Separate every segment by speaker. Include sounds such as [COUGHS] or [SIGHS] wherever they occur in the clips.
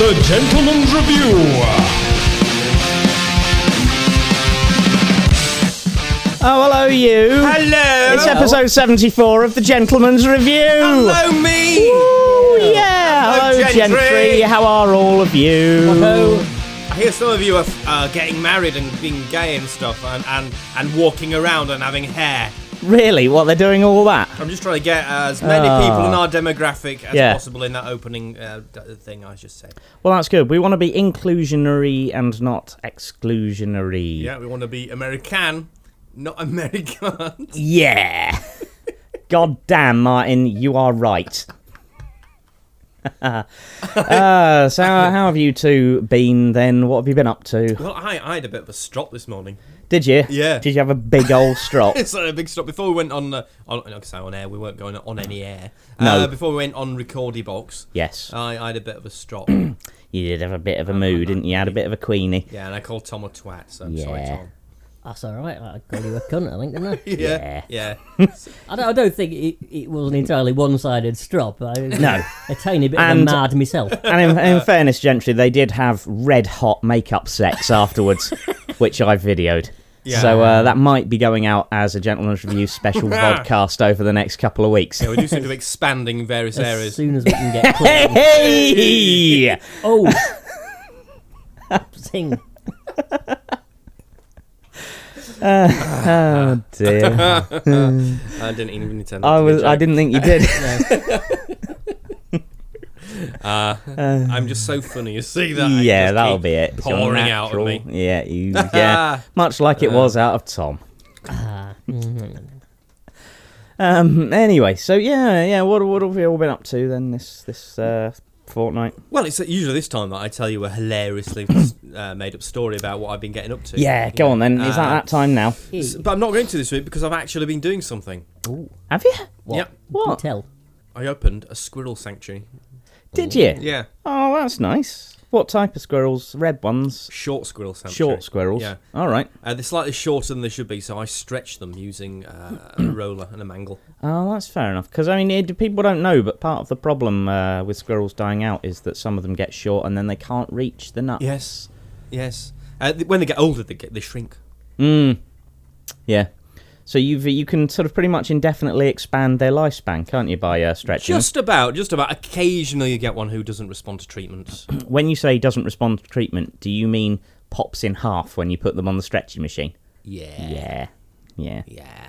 Speaker 1: The Gentleman's Review.
Speaker 2: Oh, hello, you.
Speaker 3: Hello.
Speaker 2: It's episode 74 of The Gentleman's Review.
Speaker 3: Hello, me.
Speaker 2: Ooh, yeah.
Speaker 3: Hello,
Speaker 2: Hello,
Speaker 3: gentry.
Speaker 2: gentry. How are all of you?
Speaker 3: I hear some of you are uh, getting married and being gay and stuff, and, and and walking around and having hair.
Speaker 2: Really? What, they're doing all that?
Speaker 3: I'm just trying to get as many
Speaker 2: Ah.
Speaker 3: people in our demographic as
Speaker 2: Yeah.
Speaker 3: possible in that opening uh, d- thing I just said.
Speaker 2: Well, that's good. We want to be inclusionary and not exclusionary.
Speaker 3: Yeah, we want to be American, not American.
Speaker 2: Yeah. [LAUGHS] God damn, Martin, you are right. [LAUGHS] uh, so, how have you two been then? What have you been up to?
Speaker 3: [LAUGHS] well, I, I had a bit of a strop this [LAUGHS] morning.
Speaker 2: Did you?
Speaker 3: Yeah.
Speaker 2: Did you have a big old
Speaker 3: [LAUGHS]
Speaker 2: strop?
Speaker 3: It's a big strop. Before we went on, uh, on no, 'cause on air, we weren't going on any air.
Speaker 2: No.
Speaker 3: Uh, before we went on Recordy Box,
Speaker 2: yes.
Speaker 3: I, I had a bit of
Speaker 2: [CLEARS THROAT]
Speaker 3: a strop.
Speaker 2: You did have a bit of a mood, didn't you? You Had a bit of a queenie.
Speaker 3: yeah, and I called Tom a twat, so I'm sorry,
Speaker 2: Yeah.
Speaker 3: Tom.
Speaker 4: That's all right. I call you a cunt, I think, didn't I?
Speaker 3: Yeah. Yeah.
Speaker 4: I don't, I don't think it, it was an entirely one-sided strop. I,
Speaker 2: No.
Speaker 4: a tiny bit
Speaker 2: And-
Speaker 4: of a mad myself.
Speaker 2: And in, in fairness, Gentry, they did have red hot makeup sex afterwards, which I videoed.
Speaker 3: Yeah.
Speaker 2: So uh, that might be going out as a Gentleman's Review special podcast over the next couple of weeks.
Speaker 3: Yeah, we do seem to be expanding various
Speaker 4: As
Speaker 3: areas.
Speaker 4: soon as we can get
Speaker 2: [LAUGHS]
Speaker 4: clean.
Speaker 2: Hey!
Speaker 4: oh, zing!
Speaker 2: Oh dear.
Speaker 3: I didn't even intend.
Speaker 2: I
Speaker 3: that to be a
Speaker 2: was. I
Speaker 3: joke.
Speaker 2: didn't think you did.
Speaker 3: I'm just so funny. You see that? I
Speaker 2: yeah,
Speaker 3: just
Speaker 2: that'll
Speaker 3: keep
Speaker 2: be it. It's your
Speaker 3: Pouring out
Speaker 2: natural-
Speaker 3: of me. Uh.
Speaker 2: Yeah,
Speaker 3: [LAUGHS]
Speaker 2: you, yeah. Much like it was out of Tom. um. Anyway, so yeah, yeah. What what have we all been up to then? This this uh, fortnight.
Speaker 3: Well, it's usually this time that I tell you a hilariously [COUGHS] uh, made-up story about what I've been getting up to.
Speaker 2: Yeah, go on then. Is that
Speaker 3: Uh,
Speaker 2: that time now?
Speaker 3: S- But I'm not going to this week because I've actually been doing something.
Speaker 2: Have you?
Speaker 3: Yep.
Speaker 4: Can you
Speaker 2: What?
Speaker 4: tell?
Speaker 3: I opened a squirrel sanctuary.
Speaker 2: Did you?
Speaker 3: Yeah.
Speaker 2: Oh, that's nice. What type of squirrels? Red ones.
Speaker 3: Short squirrel sanctuary.
Speaker 2: Short squirrels.
Speaker 3: Yeah.
Speaker 2: All right.
Speaker 3: Uh, they're slightly shorter than they should be, so I stretch them using uh, a [COUGHS] roller and a mangle.
Speaker 2: Oh, that's fair enough. Because I mean, it, people don't know, but part of the problem uh, with squirrels dying out is that some of them get short and then they can't reach the nut.
Speaker 3: Yes. Yes. Uh, th- when they get older, they get they shrink.
Speaker 2: Hmm. Yeah. So you've you can sort of pretty much indefinitely expand their lifespan, can't you, by uh, stretching? them?
Speaker 3: Just about, just about. Occasionally, you get one who doesn't respond
Speaker 2: [CLEARS THROAT]
Speaker 3: to treatment.
Speaker 2: When you say doesn't respond to treatment, do you mean pops in half when you put them on the stretching machine?
Speaker 3: yeah.
Speaker 2: Yeah. Yeah.
Speaker 3: Yeah.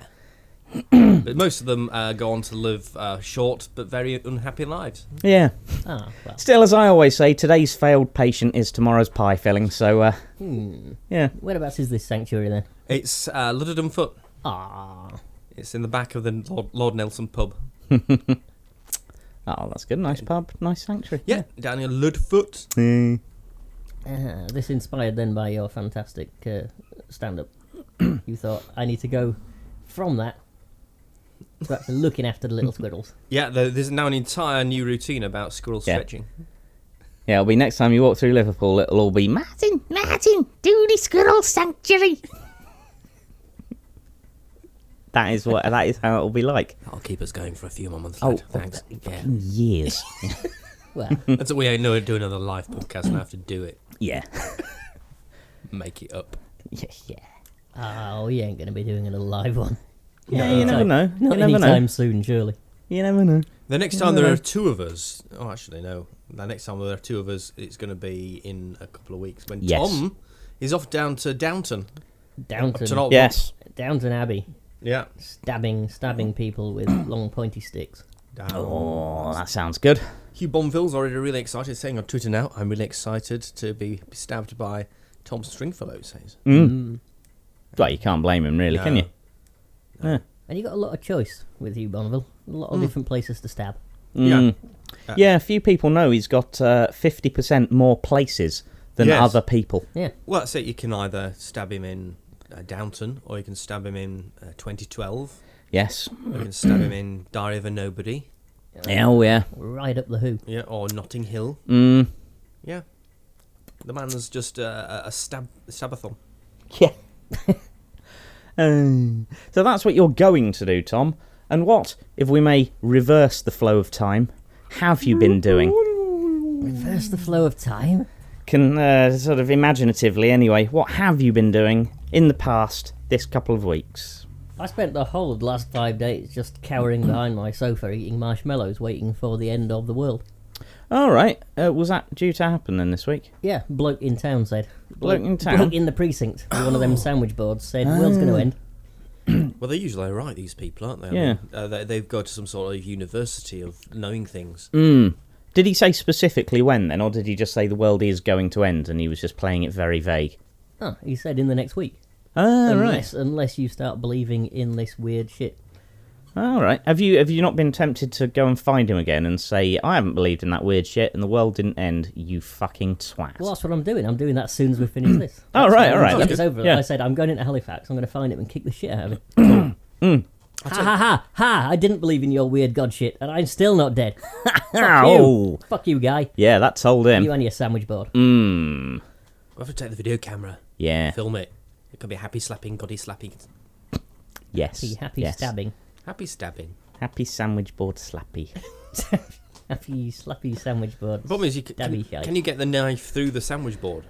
Speaker 3: [CLEARS THROAT] but most of them uh, go on to live uh, short but very unhappy lives.
Speaker 2: Yeah.
Speaker 4: Ah, well,
Speaker 2: Still, as I always say, today's failed patient is tomorrow's pie filling. So, uh,
Speaker 3: Hmm.
Speaker 2: yeah.
Speaker 4: whereabouts is this sanctuary then?
Speaker 3: It's uh, Ludderdum Foot.
Speaker 4: Ah,
Speaker 3: It's in the back of the Lord, Lord Nelson pub.
Speaker 2: Oh, that's good. Nice pub, nice sanctuary.
Speaker 3: Yeah, down in Ludfoot.
Speaker 4: ah, this inspired then by your fantastic uh,
Speaker 2: [CLEARS THROAT]
Speaker 4: stand-up. you thought I need to go from that to actually looking after the little squirrels.
Speaker 3: Yeah, there- there's now an entire new routine about squirrel
Speaker 2: Yeah.
Speaker 3: stretching.
Speaker 2: Yeah, it'll be next time you walk through Liverpool, it'll all be Martin, Martin, do the squirrel sanctuary. [LAUGHS] that is what that is how it'll be like.
Speaker 3: That'll keep us going for a few more months.
Speaker 2: Oh,
Speaker 3: Oh, thanks. Yeah.
Speaker 2: Years. [LAUGHS]
Speaker 4: Well,
Speaker 3: That's what we ain't know do another live podcast and I have to do it.
Speaker 2: yeah. [LAUGHS]
Speaker 3: Make it up.
Speaker 2: yeah. Yeah.
Speaker 4: oh, you ain't going to be doing another live one.
Speaker 2: Yeah, you never know. You
Speaker 4: Not
Speaker 2: never
Speaker 4: anytime
Speaker 2: know.
Speaker 4: soon, surely.
Speaker 2: You never know.
Speaker 3: The next time there are two of us. Oh, actually, no. The next time there are two of us, it's going to be in a couple of weeks when
Speaker 2: Yes.
Speaker 3: Tom is off down to Downton.
Speaker 4: Downton,
Speaker 3: To Knotwell.
Speaker 2: Yes.
Speaker 4: Downton Abbey,
Speaker 3: Yeah.
Speaker 4: stabbing, stabbing people with long pointy sticks.
Speaker 3: Down.
Speaker 2: Oh, that sounds good.
Speaker 3: Hugh Bonville's already really excited, saying on Twitter now, I'm really excited to be stabbed by Tom Stringfellow, it says.
Speaker 2: Mm. Well, you can't blame him, really, can
Speaker 3: No.
Speaker 2: you?
Speaker 4: And you got a lot of choice with you, Bonneville. A lot
Speaker 2: Mm.
Speaker 4: of different places to stab.
Speaker 3: Yeah.
Speaker 2: Yeah, few people know he's got uh, fifty percent more places than
Speaker 3: Yes.
Speaker 2: other people.
Speaker 4: Yeah.
Speaker 3: Well, that's it. You can either stab him in uh, Downton, or you can stab him in uh, 2012,
Speaker 2: Yes.
Speaker 3: or you can stab him in Diary of a Nobody,
Speaker 2: Oh yeah.
Speaker 4: Right up the who.
Speaker 3: yeah, or Notting Hill.
Speaker 2: Mm.
Speaker 3: Yeah. The man's just uh, a a stab stabathon.
Speaker 2: [LAUGHS] Yeah. Um, so that's what you're going to do, Tom. And what, if we may reverse the flow of time, have you been doing?
Speaker 4: Reverse the flow of time.
Speaker 2: Can uh, sort of imaginatively, anyway, what have you been doing in the past this couple of weeks?
Speaker 4: I spent the whole of the last five days just
Speaker 2: [COUGHS]
Speaker 4: cowering behind my sofa eating marshmallows, waiting for the end of the world.
Speaker 2: All right, uh, was that due to happen then this week?
Speaker 4: Yeah, bloke in town said.
Speaker 2: Bloke in town? Oh. Ah.
Speaker 4: Bloke in the precinct. One of them sandwich boards said, world's going to end.
Speaker 3: Well, they're usually right, these people, aren't they? I
Speaker 2: Yeah.
Speaker 3: mean, uh, they, they've got some sort of university of knowing things.
Speaker 2: Mm. Did he say specifically when then, or did he just say the world is going to end and he was just playing it very vague?
Speaker 4: Ah, he said in the next week. Um,
Speaker 2: All Oh, right,
Speaker 4: unless, unless you start believing in this weird shit.
Speaker 2: all right. Have you have you not been tempted to go and find him again and say I haven't believed in that weird shit and the world didn't end? You fucking twat.
Speaker 4: Well, that's what I'm doing. I'm doing that as soon as we finish this.
Speaker 2: [CLEARS THROAT] Oh,
Speaker 4: That's
Speaker 2: right, all
Speaker 4: what I'm
Speaker 2: right.
Speaker 4: doing.
Speaker 2: That's
Speaker 4: It's
Speaker 2: good.
Speaker 4: over.
Speaker 2: Yeah.
Speaker 4: I said, I'm going into Halifax. I'm going to find him and kick the shit out of him.
Speaker 2: [CLEARS THROAT] Mm.
Speaker 4: Ha ha ha ha! I didn't believe in your weird god shit, and I'm still
Speaker 2: [LAUGHS]
Speaker 4: not dead. Fuck
Speaker 2: Ow. Um, mm,
Speaker 4: you. Fuck you, guy.
Speaker 2: Yeah, that told him.
Speaker 4: You and your sandwich board.
Speaker 3: We'll have to take the video camera,
Speaker 2: yeah.
Speaker 3: film it. It could be happy slapping, goddy slapping,
Speaker 2: Yes.
Speaker 4: Happy, happy
Speaker 2: yes.
Speaker 4: stabbing.
Speaker 3: happy stabbing.
Speaker 2: Happy sandwich board slappy.
Speaker 4: Happy slappy sandwich board.
Speaker 3: The problem is, you c- can,
Speaker 4: Stabby guy.
Speaker 3: can you get the knife through the sandwich board?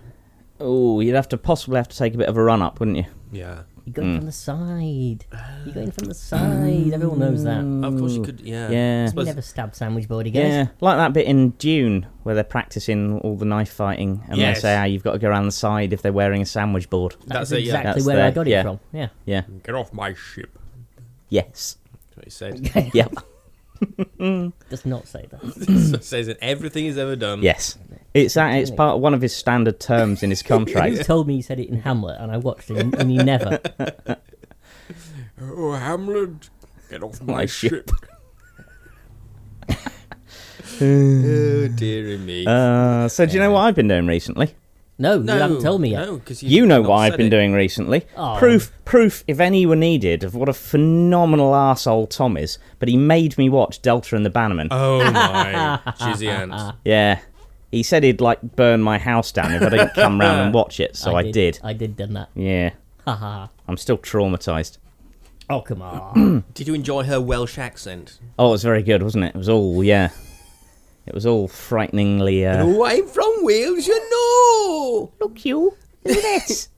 Speaker 2: oh, you'd have to possibly have to take a bit of a run up, wouldn't you?
Speaker 3: Yeah.
Speaker 4: You
Speaker 2: Mm.
Speaker 4: got in from the side. You got in from the side. Everyone knows that.
Speaker 3: Of course you could, yeah.
Speaker 2: Yeah.
Speaker 3: I
Speaker 4: You
Speaker 3: suppose-
Speaker 4: never stab sandwich board again.
Speaker 2: Mm. Yeah, like that bit in Dune where they're practicing all the knife fighting, and
Speaker 3: Yes.
Speaker 2: they say how you've got to go around the side if they're wearing a sandwich board.
Speaker 3: that's
Speaker 4: That's
Speaker 3: it, yeah.
Speaker 4: exactly
Speaker 2: That's
Speaker 4: where
Speaker 2: there,
Speaker 4: I got it
Speaker 2: yeah.
Speaker 4: from. Yeah.
Speaker 2: Yeah.
Speaker 3: Get off my ship.
Speaker 2: Yes.
Speaker 3: That's what he said. [LAUGHS]
Speaker 2: Yep.
Speaker 4: [LAUGHS] Does not say that.
Speaker 3: It says in everything he's ever done.
Speaker 2: yes. It's that. It's part one of his standard terms in his
Speaker 4: You [LAUGHS]
Speaker 2: contract.
Speaker 4: told me you said it in Hamlet, and I watched it, and he
Speaker 2: [LAUGHS]
Speaker 4: never.
Speaker 3: Oh, Hamlet, get off
Speaker 2: My ship. [LAUGHS]
Speaker 3: [LAUGHS] oh, dear me.
Speaker 2: Uh, so do you know what I've been doing recently?
Speaker 4: No, you haven't told me yet.
Speaker 3: No, because
Speaker 2: You know
Speaker 3: not
Speaker 2: what I've
Speaker 3: said
Speaker 2: been
Speaker 3: it.
Speaker 2: doing recently.
Speaker 4: Oh.
Speaker 2: Proof, proof, if any were needed, of what a phenomenal arsehole Tom is. But he made me watch Delta and the Bannerman.
Speaker 3: [LAUGHS] Oh my jizzy ants.
Speaker 2: Yeah. He said he'd like burn my house down if I didn't come round and watch it, so I, did.
Speaker 4: I did done that.
Speaker 2: Yeah.
Speaker 4: Haha.
Speaker 2: I'm still traumatized.
Speaker 4: oh come on.
Speaker 2: [CLEARS THROAT]
Speaker 3: Did you enjoy her Welsh accent?
Speaker 2: Oh, it was very good, wasn't it? It was all yeah. It was all frighteningly uh
Speaker 3: oh, I'm from Wales, you know.
Speaker 2: [LAUGHS] Look you. Look at this.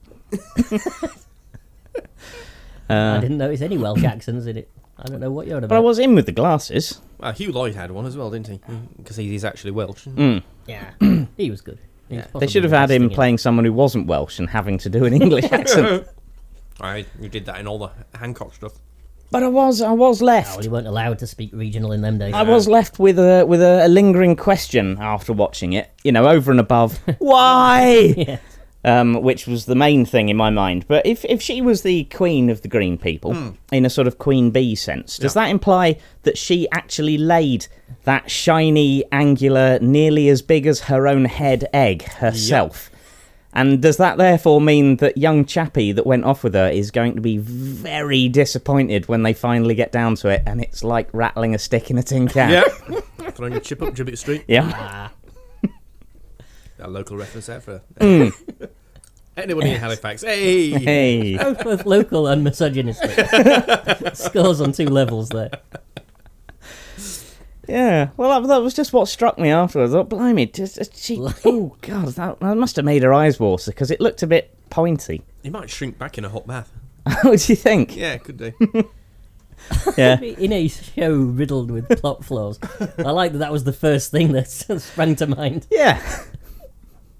Speaker 4: I didn't notice any Welsh accents in it. I don't know what you're on
Speaker 2: Uh, But I
Speaker 4: about.
Speaker 2: was in with the glasses.
Speaker 3: Uh, Hugh Lloyd had one as well, didn't he? Because he's actually Welsh.
Speaker 4: yeah,
Speaker 2: [CLEARS THROAT]
Speaker 4: he was good. He
Speaker 2: They
Speaker 4: was possibly
Speaker 2: should have
Speaker 4: the
Speaker 2: had
Speaker 4: best
Speaker 2: him
Speaker 4: singer.
Speaker 2: playing someone who wasn't Welsh and having to do an English accent.
Speaker 3: I, you did that in all the Hancock stuff.
Speaker 2: But I was I was
Speaker 4: Well,
Speaker 2: left.
Speaker 4: he Oh, weren't allowed to speak regional in them days.
Speaker 2: I was left with a with a, a lingering question after watching it, you know, over and above why
Speaker 4: Yeah.
Speaker 2: um, which was the main thing in my mind. But if, if she was the queen of the green people, in a sort of queen bee sense, does that imply that she actually laid that shiny, angular, nearly as big as her own head egg herself? And does that therefore mean that young Chappie that went off with her is going to be very disappointed when they finally get down to it and it's like rattling a stick in a tin can?
Speaker 3: [LAUGHS] Throwing a chip up Gibbet Street.
Speaker 2: Yeah.
Speaker 4: Ah.
Speaker 3: A local reference there for [LAUGHS] anybody in Halifax. Mm. Hey!
Speaker 2: Hey.
Speaker 4: Both local
Speaker 2: [LAUGHS]
Speaker 4: and misogynistic. Scores on two levels there.
Speaker 2: Yeah, well, that, that was just what struck me afterwards. I thought, blimey, just, just she. oh god, that, that must have made her eyes water because it looked a bit pointy. [LAUGHS]
Speaker 3: He might shrink back in a hot bath.
Speaker 2: what do you think?
Speaker 3: Yeah, could do.
Speaker 2: Yeah,
Speaker 4: In a show riddled with plot flaws, I like that that was the first thing that [LAUGHS] sprang to mind.
Speaker 2: yeah.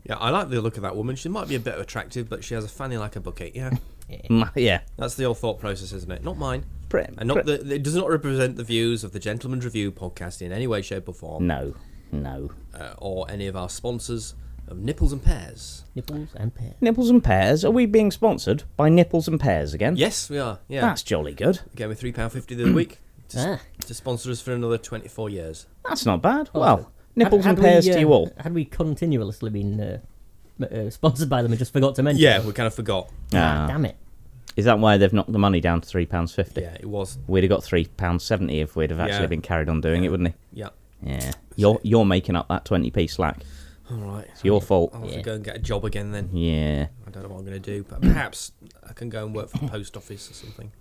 Speaker 3: yeah, I like the look of that woman. She might be a bit attractive, but she has a fanny like a bucket. [LAUGHS] Yeah,
Speaker 2: Mm, yeah.
Speaker 3: that's the old thought process, isn't it? Not mine.
Speaker 2: Pre-
Speaker 3: And not
Speaker 2: pre-
Speaker 3: the, it does not represent the views of the Gentleman's Review podcast in any way, shape, or form,
Speaker 2: no, no.
Speaker 3: uh, or any of our sponsors of Nipples and Pears.
Speaker 4: Nipples and pears.
Speaker 2: Nipples and pears. Are we being sponsored by nipples and pears again?
Speaker 3: Yes, we are. Yeah,
Speaker 2: That's jolly good.
Speaker 3: gave me three pound fifty the other week to, s-
Speaker 4: Ah.
Speaker 3: to sponsor us for another twenty four years.
Speaker 2: That's not bad.
Speaker 4: Had-
Speaker 2: Well, nipples
Speaker 4: had
Speaker 2: and pears
Speaker 4: we,
Speaker 2: to
Speaker 4: uh,
Speaker 2: you all.
Speaker 4: Had we continuously been uh, m- uh, sponsored by them and just forgot to mention?
Speaker 3: Yeah,
Speaker 4: them?
Speaker 3: we kind of forgot.
Speaker 4: Ah,
Speaker 2: Ah.
Speaker 4: damn it.
Speaker 2: Is that why they've knocked the money down to three pounds fifty?
Speaker 3: Yeah, it was.
Speaker 2: We'd have got three pounds seventy if we'd have actually
Speaker 3: Yeah.
Speaker 2: been carried on doing it, wouldn't we?
Speaker 3: Yeah.
Speaker 2: Yeah. You're you're making up that twenty p slack.
Speaker 3: All right.
Speaker 2: It's your fault.
Speaker 3: I'll have
Speaker 4: Yeah.
Speaker 3: to go and get a job again
Speaker 2: Mm-hmm.
Speaker 3: then.
Speaker 2: Yeah.
Speaker 3: I don't know what I'm going to do, but perhaps I can go and work for the post office or something.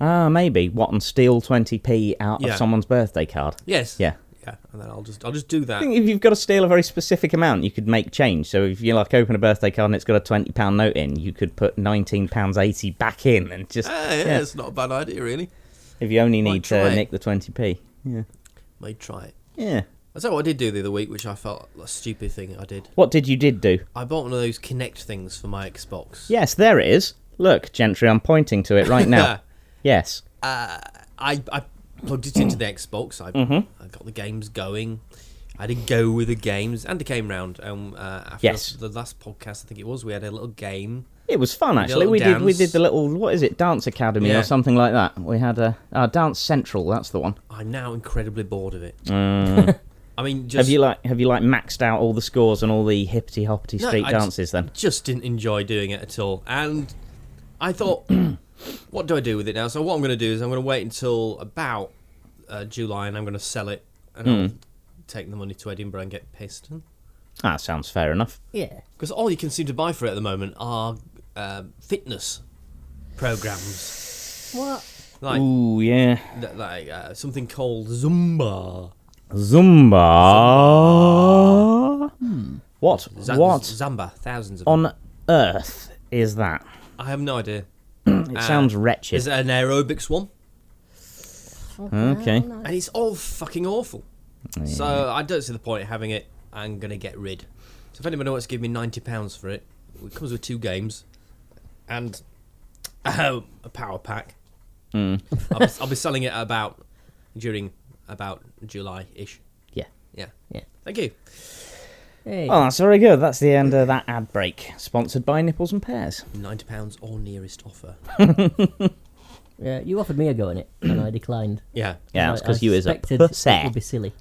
Speaker 2: Ah, maybe. What, and steal 20p out
Speaker 3: Yeah.
Speaker 2: of someone's birthday card?
Speaker 3: Yes.
Speaker 2: Yeah.
Speaker 3: Yeah. and then I'll just I'll just do that.
Speaker 2: I think if you've got to steal a very specific amount, you could make change. So if you like open a birthday card and it's got a twenty pound note in, you could put nineteen pounds eighty back in and just
Speaker 3: Ah, yeah, it's not a bad idea really.
Speaker 2: if you only
Speaker 3: Might
Speaker 2: need
Speaker 3: try
Speaker 2: to
Speaker 3: it.
Speaker 2: nick the twenty p. Yeah,
Speaker 3: May try it.
Speaker 2: yeah.
Speaker 3: I tell you what I did do the other week, which I felt a stupid thing I did.
Speaker 2: What did you did do?
Speaker 3: I bought one of those Kinect things for my Xbox.
Speaker 2: Yes, there it is. Look, gentry, I'm pointing to it right
Speaker 3: [LAUGHS]
Speaker 2: now. yes.
Speaker 3: Uh, I, I plugged it into the Xbox. I,
Speaker 2: Mm-hmm.
Speaker 3: I got the games going. I had a go with the games, and it came round. Um, uh, after
Speaker 2: Yes.
Speaker 3: the last podcast, I think it was, we had a little game.
Speaker 2: It was fun actually.
Speaker 3: little
Speaker 2: We did we
Speaker 3: dance.
Speaker 2: did the little what is it dance academy
Speaker 3: Yeah.
Speaker 2: or something like that. We had a uh, dance central. That's the one.
Speaker 3: I'm now incredibly bored of it. [LAUGHS] I mean, just
Speaker 2: Mm. Have you like have you like maxed out all the scores and all the hippity hoppity
Speaker 3: No,
Speaker 2: street
Speaker 3: I just-
Speaker 2: dances then?
Speaker 3: just didn't enjoy doing it at all. And I thought, [CLEARS THROAT] what do I do with it now? So what I'm going to do is I'm going to wait until about uh, July, and I'm going to sell it, and I'll
Speaker 2: Hmm.
Speaker 3: take the money to Edinburgh and get pissed.
Speaker 2: That Ah, sounds fair enough.
Speaker 4: Yeah.
Speaker 3: Because all you can seem to buy for it at the moment are uh, fitness programs,
Speaker 4: What?
Speaker 3: like
Speaker 2: Ooh yeah,
Speaker 3: th- like uh, something called Zumba.
Speaker 2: Zumba.
Speaker 3: Hmm.
Speaker 2: What
Speaker 3: Z-
Speaker 2: what
Speaker 3: Zumba? Thousands of. them.
Speaker 2: on earth is that?
Speaker 3: I have no idea.
Speaker 2: [CLEARS THROAT] It sounds wretched.
Speaker 3: Uh, Is it an aerobics one?
Speaker 2: okay.
Speaker 3: And it's all fucking awful. So I don't see the point of having it. I'm gonna get rid. So if anybody wants to give me ninety pounds for it, it comes with two games, and um, a power pack. I'll, be, I'll be selling it about during about July ish.
Speaker 2: Yeah.
Speaker 3: Yeah.
Speaker 4: Yeah.
Speaker 3: Thank you.
Speaker 4: Hey.
Speaker 2: Well, Ah, that's very good. That's the end of that ad break. Sponsored by Nipples and Pears.
Speaker 3: Ninety pounds or nearest offer.
Speaker 4: Yeah, uh, you offered me a go in it, and I declined.
Speaker 3: Yeah.
Speaker 2: Yeah,
Speaker 4: I-
Speaker 2: that's because
Speaker 4: I
Speaker 2: you is a
Speaker 4: suspected It
Speaker 2: pussy.
Speaker 4: would be silly.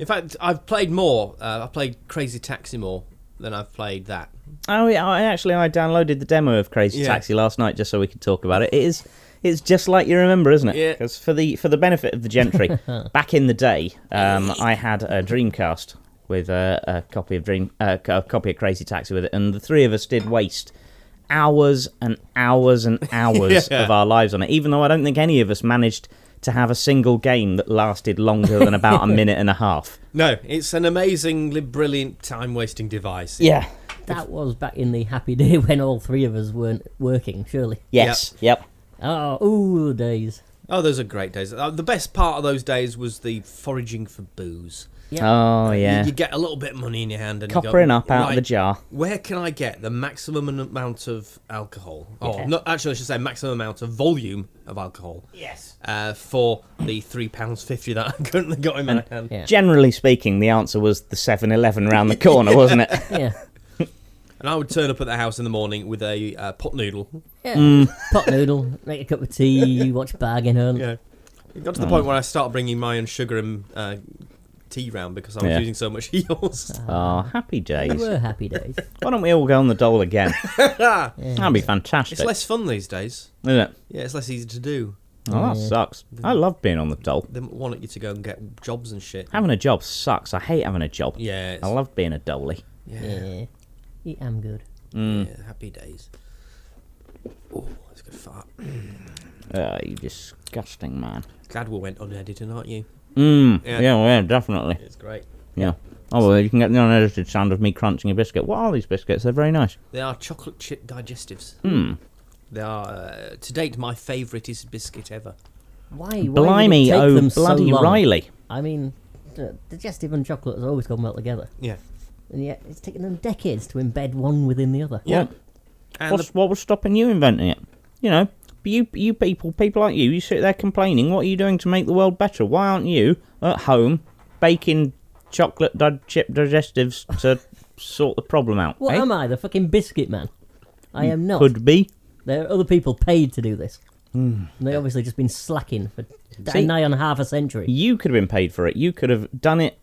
Speaker 3: In fact, I've played more. Uh, I played Crazy Taxi more than I've played that.
Speaker 2: Oh, yeah, I actually I downloaded the demo of Crazy
Speaker 3: Yeah.
Speaker 2: Taxi last night just so we could talk about it. It is it's just like you remember, isn't it?
Speaker 3: Yeah.
Speaker 2: Because for the for the benefit of the gentry, back in the day, um, I had a Dreamcast with a, a copy of Dream uh, co- a copy of Crazy Taxi with it, and the three of us did waste hours and hours
Speaker 3: [LAUGHS]
Speaker 2: and hours
Speaker 3: Yeah.
Speaker 2: of our lives on it. Even though I don't think any of us managed to have a single game that lasted longer than
Speaker 3: [LAUGHS]
Speaker 2: about a minute and a half.
Speaker 3: No, it's an amazingly brilliant time wasting device.
Speaker 2: Yeah.
Speaker 4: That was back in the happy [LAUGHS] day when all three of us weren't working, surely.
Speaker 2: Yes. yep.
Speaker 4: Oh, ooh, days.
Speaker 3: Oh, those are great days. Uh, the best part of those days was the foraging for booze.
Speaker 2: Oh
Speaker 3: You-
Speaker 2: yeah.
Speaker 3: You, get a little bit of money in your hand and you go,
Speaker 2: Coppering up out of the
Speaker 3: "Right,
Speaker 2: jar.
Speaker 3: Where can I get the maximum an- amount of alcohol? Oh,
Speaker 4: Yeah.
Speaker 3: no, actually, I should say maximum amount of volume of alcohol.
Speaker 2: Yes.
Speaker 3: Uh, for the three pounds fifty that [LAUGHS] I currently got in my hand.
Speaker 4: Yeah.
Speaker 2: Generally speaking, the answer was the 7 Eleven round the corner, wasn't it?
Speaker 4: [LAUGHS] Yeah.
Speaker 3: And I would turn up at the house in the morning with a uh, pot
Speaker 2: Mm.
Speaker 3: noodle.
Speaker 4: yeah. Pot noodle, make a cup of tea, [LAUGHS] watch Bargain Hunt.
Speaker 3: Yeah. It got to the
Speaker 2: Mm.
Speaker 3: point where I started bringing my own sugar and uh, tea round because I was
Speaker 2: Yeah.
Speaker 3: using so much [LAUGHS] of yours.
Speaker 2: Oh, happy
Speaker 4: They
Speaker 2: days.
Speaker 4: were happy days.
Speaker 2: Why don't we all go on the dole
Speaker 4: [LAUGHS]
Speaker 2: again? That'd be
Speaker 3: Ah, it's
Speaker 2: fantastic.
Speaker 3: less fun these days.
Speaker 2: Isn't it?
Speaker 3: Yeah, it's less easy to do.
Speaker 2: Oh, that sucks. I love being on the dole.
Speaker 3: They want you to go and get jobs and shit.
Speaker 2: Having a job sucks. I hate having a job.
Speaker 3: Yeah, it's,
Speaker 2: I love being a doley.
Speaker 3: yeah,
Speaker 4: Yeah. yeah. I'm good.
Speaker 2: Mm.
Speaker 3: yeah, happy days. Oh, that's a good fart.
Speaker 2: Uh, you disgusting man.
Speaker 3: Glad we went unedited, aren't you?
Speaker 2: Mm,
Speaker 3: Yeah.
Speaker 2: yeah. yeah, definitely.
Speaker 3: It's great.
Speaker 2: Yeah. Oh, well, you can get the unedited sound of me crunching a biscuit. What are these biscuits? They're very nice.
Speaker 3: They are chocolate chip digestives. Hmm. They are, uh, to date, my favourite is biscuit ever.
Speaker 4: Why? why did it
Speaker 2: Blimey,
Speaker 4: take
Speaker 2: oh,
Speaker 4: them so
Speaker 2: bloody
Speaker 4: long?
Speaker 2: Riley.
Speaker 4: I mean, the digestive and chocolate has always gone well together.
Speaker 3: Yeah.
Speaker 4: And yet, it's taken them decades to embed one within the other.
Speaker 3: Yeah.
Speaker 2: What-
Speaker 3: And
Speaker 2: What's, what was stopping you inventing it? You know, you you people, people like you, you sit there complaining. What are you doing to make the world better? Why aren't you at home baking chocolate di- chip digestives to [LAUGHS] sort the problem out?
Speaker 4: What
Speaker 2: eh?
Speaker 4: am I, the fucking biscuit man? I am not.
Speaker 2: Could be.
Speaker 4: There are other people paid to do this. And they've obviously just been slacking for
Speaker 2: See?
Speaker 4: nigh on half a century.
Speaker 2: You could have been paid for it. You could have done it,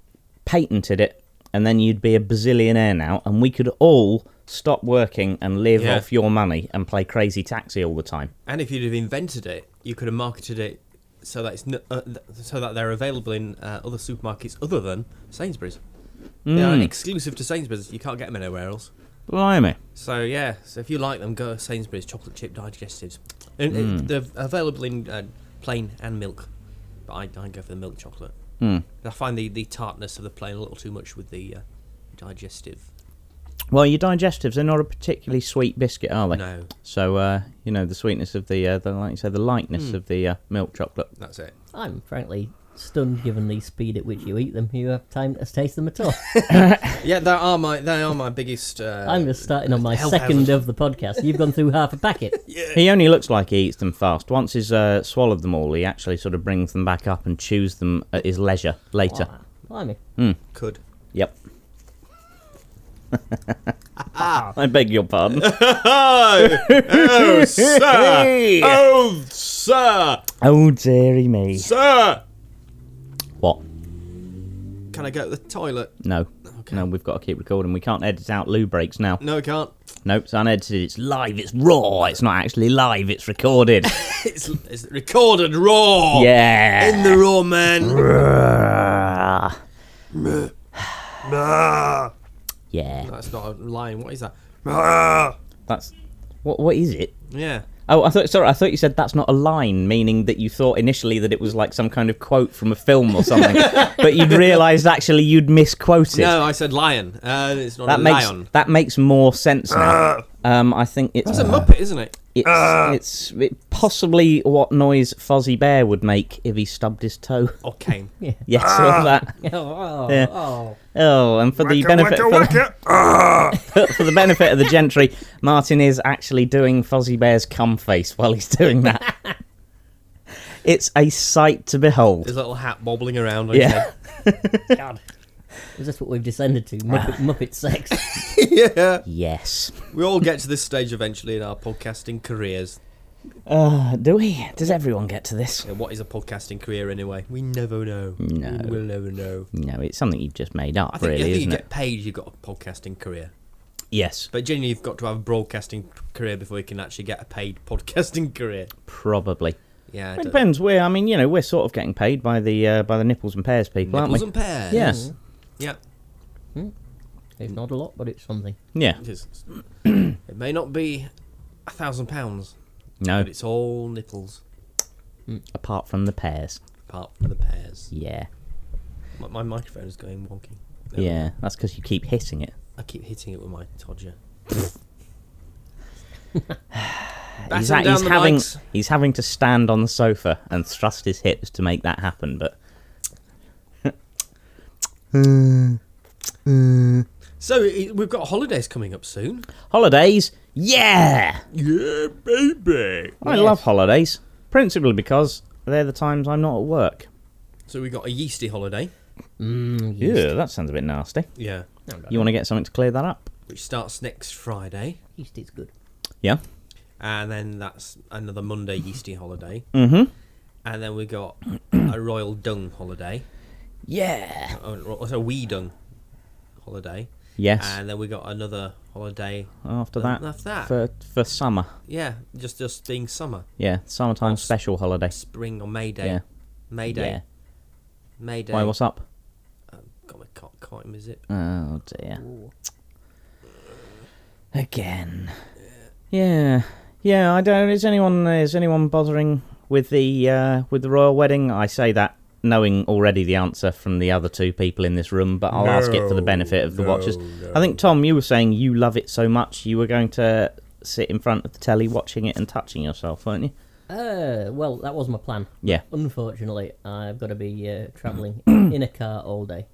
Speaker 2: patented it, and then you'd be a bazillionaire now, and we could all stop working and live
Speaker 3: Yeah.
Speaker 2: off your money and play crazy taxi all the time.
Speaker 3: and if you'd have invented it, you could have marketed it so that it's n- uh, th- so that they're available in uh, other supermarkets other than Sainsbury's. They
Speaker 2: Mm.
Speaker 3: are exclusive to Sainsbury's. You can't get them anywhere else.
Speaker 2: Blimey.
Speaker 3: So yeah, so if you like them, go to Sainsbury's chocolate chip digestives.
Speaker 4: Hmm.
Speaker 3: And, uh, They're available in uh, plain and milk, but I, I go for the milk chocolate.
Speaker 2: Hmm.
Speaker 3: I find the, the tartness of the plain a little too much with the uh, digestive.
Speaker 2: Well, your digestives are not a particularly sweet biscuit, are they?
Speaker 3: No.
Speaker 2: So uh, you know the sweetness of the, uh, the like you say, the lightness of the uh, milk chocolate.
Speaker 3: That's it.
Speaker 4: I'm frankly stunned given the speed at which you eat them. You have time to taste
Speaker 2: [LAUGHS]
Speaker 4: them at all.
Speaker 3: Yeah, they are my they are my biggest. Uh,
Speaker 4: I'm just starting on my
Speaker 3: health
Speaker 4: second
Speaker 3: hazard.
Speaker 4: of the podcast. You've gone through half
Speaker 2: [LAUGHS]
Speaker 4: a packet.
Speaker 2: He only looks like he eats them fast. Once he's uh, swallowed them all, he actually sort of brings them back up and chews them at his leisure later.
Speaker 4: Ah, Blimey. [LAUGHS]
Speaker 3: [LAUGHS] could.
Speaker 2: Yep. I beg your pardon. [LAUGHS]
Speaker 5: Oh, sir! Oh, sir!
Speaker 2: oh dearie me.
Speaker 5: Sir!
Speaker 2: What?
Speaker 3: Can I go to the toilet?
Speaker 2: No. No, we've got to keep recording. We can't edit out loo breaks now.
Speaker 3: No, I can't.
Speaker 2: Nope, it's unedited. It's live. It's raw. It's not actually live. It's recorded.
Speaker 3: It's, it's recorded raw.
Speaker 2: yeah.
Speaker 3: In the raw, man. [SIGHS]
Speaker 2: yeah.
Speaker 3: That's not a line. What is that?
Speaker 2: That's what. What is it?
Speaker 3: Yeah.
Speaker 2: Oh, I thought. Sorry, I thought you said that's not a line, meaning that you thought initially that it was like some kind of quote from a film or
Speaker 3: [LAUGHS]
Speaker 2: something, but you'd realised actually you'd misquoted.
Speaker 3: No, I said lion. Uh, it's not
Speaker 2: that
Speaker 3: a
Speaker 2: makes
Speaker 3: lion.
Speaker 2: that makes more sense now. Um, I think it's
Speaker 3: That's a muppet, isn't it?
Speaker 2: it's, it's it possibly what noise Fuzzy Bear would make if he stubbed his toe. [LAUGHS]
Speaker 3: Or cane.
Speaker 2: Yes, all that.
Speaker 4: Oh,
Speaker 2: Yeah.
Speaker 4: oh.
Speaker 2: Oh, and for the benefit for the- for the benefit of the gentry, Martin is actually doing Fuzzy Bear's cum face while he's doing that.
Speaker 3: [LAUGHS]
Speaker 2: it's a sight to behold.
Speaker 3: His little hat bobbling around. on his
Speaker 2: Yeah.
Speaker 3: head.
Speaker 4: God. Is this what we've descended to? Muppet,
Speaker 2: Ah.
Speaker 4: Muppet sex.
Speaker 3: yeah.
Speaker 2: Yes.
Speaker 3: We all get to this stage eventually in our podcasting careers.
Speaker 2: Uh, do we? Does everyone get to this?
Speaker 3: And what is a podcasting career anyway? We never know.
Speaker 2: No.
Speaker 3: We'll never know.
Speaker 2: No, it's something you've just made up,
Speaker 3: I think,
Speaker 2: really,
Speaker 3: I think you
Speaker 2: isn't it?
Speaker 3: get paid, you've got a podcasting career.
Speaker 2: Yes,
Speaker 3: But generally, you've got to have a broadcasting career before you can actually get a paid [LAUGHS] podcasting career.
Speaker 2: probably.
Speaker 3: Yeah.
Speaker 2: It depends. We're, I mean, you know, we're sort of getting paid by the uh, by the nipples and pears people,
Speaker 3: Nipples
Speaker 2: aren't
Speaker 3: and pears.
Speaker 2: we? Yes.
Speaker 3: Yeah.
Speaker 4: It's not a lot, but it's something.
Speaker 2: Yeah. [CLEARS THROAT]
Speaker 3: It is. it may not be a thousand pounds,
Speaker 2: No.
Speaker 3: but it's all nipples
Speaker 2: Apart from the pears.
Speaker 3: apart from the pears.
Speaker 2: Yeah.
Speaker 3: My, my microphone is going wonky. No,
Speaker 2: Yeah. That's because you keep hitting it.
Speaker 3: I keep hitting it with my
Speaker 2: [SIGHS]
Speaker 3: Todger.
Speaker 2: He's,
Speaker 3: Batten
Speaker 2: ha-
Speaker 3: down
Speaker 2: he's
Speaker 3: the
Speaker 2: having
Speaker 3: mics.
Speaker 2: he's having to stand on the sofa and thrust his hips to make that happen. But
Speaker 3: So i- we've got holidays coming up soon.
Speaker 2: holidays, yeah,
Speaker 3: Yeah, baby.
Speaker 2: I love holidays, principally because they're the times I'm not at work.
Speaker 3: So we got a yeasty holiday.
Speaker 2: Yeah, that sounds a bit nasty.
Speaker 3: Yeah.
Speaker 2: You want to get something to clear that up?
Speaker 3: Which starts next Friday,
Speaker 4: Yeast is good.
Speaker 2: Yeah.
Speaker 3: and then that's another Monday yeasty holiday. Mm-hmm. And then we got a royal dung holiday.
Speaker 2: Yeah.
Speaker 3: Oh, so we done holiday.
Speaker 2: Yes.
Speaker 3: And then we got another holiday.
Speaker 2: After
Speaker 3: Um,
Speaker 2: that,
Speaker 3: after that.
Speaker 2: for for summer,
Speaker 3: Yeah, just just being summer,
Speaker 2: yeah, summertime
Speaker 3: Us.
Speaker 2: special holiday.
Speaker 3: spring or May Day.
Speaker 2: Yeah.
Speaker 3: May Day.
Speaker 2: Yeah.
Speaker 3: May Day. Oh,
Speaker 2: Why? What's up?
Speaker 3: Got my cot caught in my zip.
Speaker 2: Oh dear. Again. Yeah. Yeah, I don't is anyone is anyone bothering with the uh with the royal wedding? I say that knowing already the answer from the other two people in this room, but I'll ask it for the benefit of the watchers. I think Tom you were saying you love it so much you were going to sit in front of the telly watching it and touching yourself, weren't you?
Speaker 4: Uh, well, that was my plan.
Speaker 2: Yeah.
Speaker 4: Unfortunately, I've got to be uh,
Speaker 2: [COUGHS]
Speaker 4: travelling in a car
Speaker 2: [SIGHS]
Speaker 4: all day.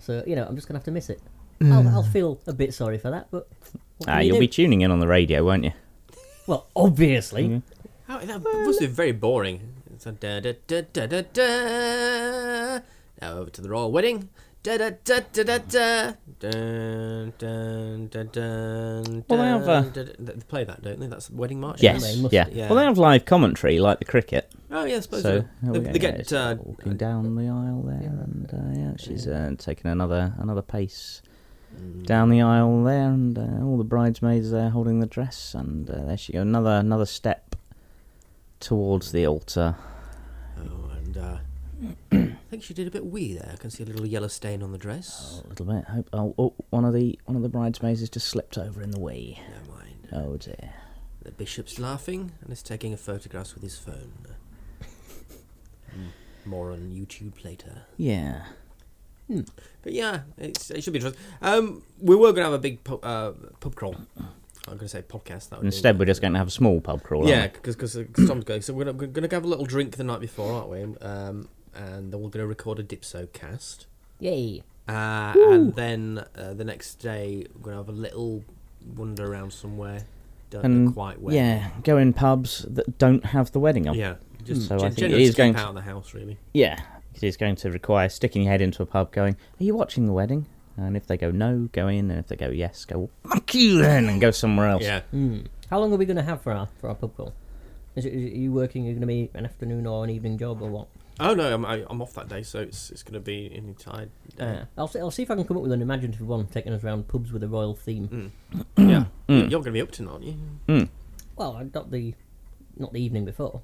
Speaker 4: so, you know, I'm just going to have to miss it. I'll, I'll feel a bit sorry for that, but. What can
Speaker 2: Ah,
Speaker 4: you
Speaker 2: you'll
Speaker 4: do?
Speaker 2: be tuning in on the radio, won't you?
Speaker 4: Well, obviously.
Speaker 2: Mm-hmm.
Speaker 3: How, that must be very boring. It's a da da da da da da. Now over to the royal wedding. Da da da da da da. Dun dun dun dun.
Speaker 2: Well, they have, uh,
Speaker 3: dun, dun, dun. They play that, don't they? That's the wedding march.
Speaker 2: Yes.
Speaker 4: they must-
Speaker 2: yeah.
Speaker 3: yeah.
Speaker 2: Well, they have live commentary like the cricket.
Speaker 3: Oh yeah, I suppose
Speaker 2: So there
Speaker 3: so.
Speaker 2: we
Speaker 3: They,
Speaker 2: go,
Speaker 3: they
Speaker 2: guys.
Speaker 3: get uh,
Speaker 2: walking down the aisle there, and uh, yeah, she's uh, taking another another pace down the aisle there, and uh, all the bridesmaids there holding the dress, and uh, there she goes, another another step towards the altar.
Speaker 3: Oh, and uh, [COUGHS] I think she did a bit wee there. I can see a little yellow stain on the dress.
Speaker 2: A little bit. Hope, oh, oh, one of the one of the bridesmaids has just slipped over in the wee.
Speaker 3: Never mind.
Speaker 2: Oh dear.
Speaker 3: The [LAUGHS] bishop's laughing and is taking a photograph with his phone. Mm, More on YouTube later.
Speaker 2: Yeah.
Speaker 3: But yeah, it's, it should be interesting. Um, we were going to have a big pub, uh, pub crawl. I'm going to say podcast. That would be-
Speaker 2: Instead, we're just going to have a small pub crawl.
Speaker 3: yeah,
Speaker 2: Yeah.
Speaker 3: because Tom's going. So we're going to have a little drink the night before, aren't we? Um, and then we're going to record a Dipso cast.
Speaker 4: Yay.
Speaker 3: Uh, and then uh, the next day, we're going to have a little wander around somewhere. Don't know
Speaker 2: And
Speaker 3: quite where.
Speaker 2: yeah, go in pubs that don't have the wedding on.
Speaker 3: Yeah. Just
Speaker 2: So I
Speaker 3: gen-
Speaker 2: think it
Speaker 3: generally
Speaker 2: is
Speaker 3: skip
Speaker 2: going
Speaker 3: out
Speaker 2: to-
Speaker 3: of the house, really.
Speaker 2: Yeah, 'cause it's going to require sticking your head into a pub, going, "Are you watching the wedding?" And if they go no, go in, and if they go yes, go fuck you then, and go somewhere else.
Speaker 3: Yeah.
Speaker 4: Hmm. How long are we going to have for our for our pub call? Is, it, is it you working? Are going to be an afternoon or an evening job or what?
Speaker 3: Oh no, I'm, I, I'm off that day, so it's it's going to be an entire. Day.
Speaker 4: Uh, I'll see, I'll see if I can come up with an imaginative one taking us around pubs with a royal theme.
Speaker 2: Mm.
Speaker 3: yeah. You're going to be up tonight, aren't you?
Speaker 4: Well, I- not the not the evening before.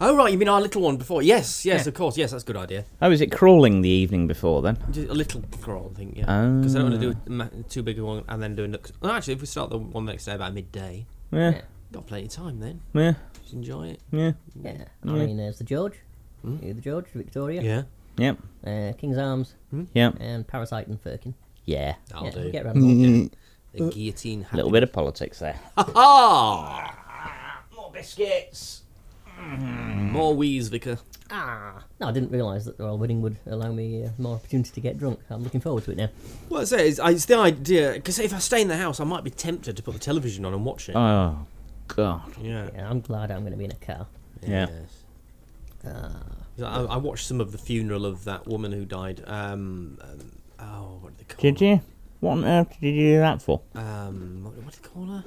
Speaker 3: Oh right, you mean our little one before? Yes, yes,
Speaker 4: Yeah.
Speaker 3: of course, yes, that's a good idea.
Speaker 2: Oh, is it crawling the evening before then?
Speaker 3: Just a little crawl, I think, yeah. Because I don't want to do
Speaker 2: Oh.
Speaker 3: a ma- too big a one and then do another. Well, actually, if we start the one next day about midday,
Speaker 2: Yeah,
Speaker 3: got plenty of time then.
Speaker 2: yeah,
Speaker 3: Just enjoy it.
Speaker 2: yeah,
Speaker 4: Yeah. I mean, there's the George, the George, Victoria,
Speaker 3: Hmm? Yeah,
Speaker 2: yeah,
Speaker 4: uh, King's Arms,
Speaker 2: yeah,
Speaker 4: and Parasite and Firkin.
Speaker 2: yeah.
Speaker 3: that'll
Speaker 4: yeah,
Speaker 3: do.
Speaker 4: Get around all.
Speaker 3: Mm-hmm. The guillotine.
Speaker 2: A little bit Mm-hmm. of politics there.
Speaker 3: Ah,
Speaker 2: More biscuits.
Speaker 3: more wheeze, vicar.
Speaker 4: No, I didn't realise that the Royal Wedding would allow me uh, more opportunity to get drunk. I'm looking forward to it now.
Speaker 3: Well, I say it's, it's the idea because if I stay in the house, I might be tempted to put the television on and watch it.
Speaker 2: Oh God.
Speaker 3: yeah.
Speaker 4: Yeah, I'm glad I'm going to be in a car. Ah.
Speaker 2: Yeah.
Speaker 3: Yes. So I, I watched some of the funeral of that woman who died. Um, um, oh, what did they call
Speaker 2: Did
Speaker 3: her?
Speaker 2: you? What on earth did you do that for?
Speaker 3: Um, what, what did they call her?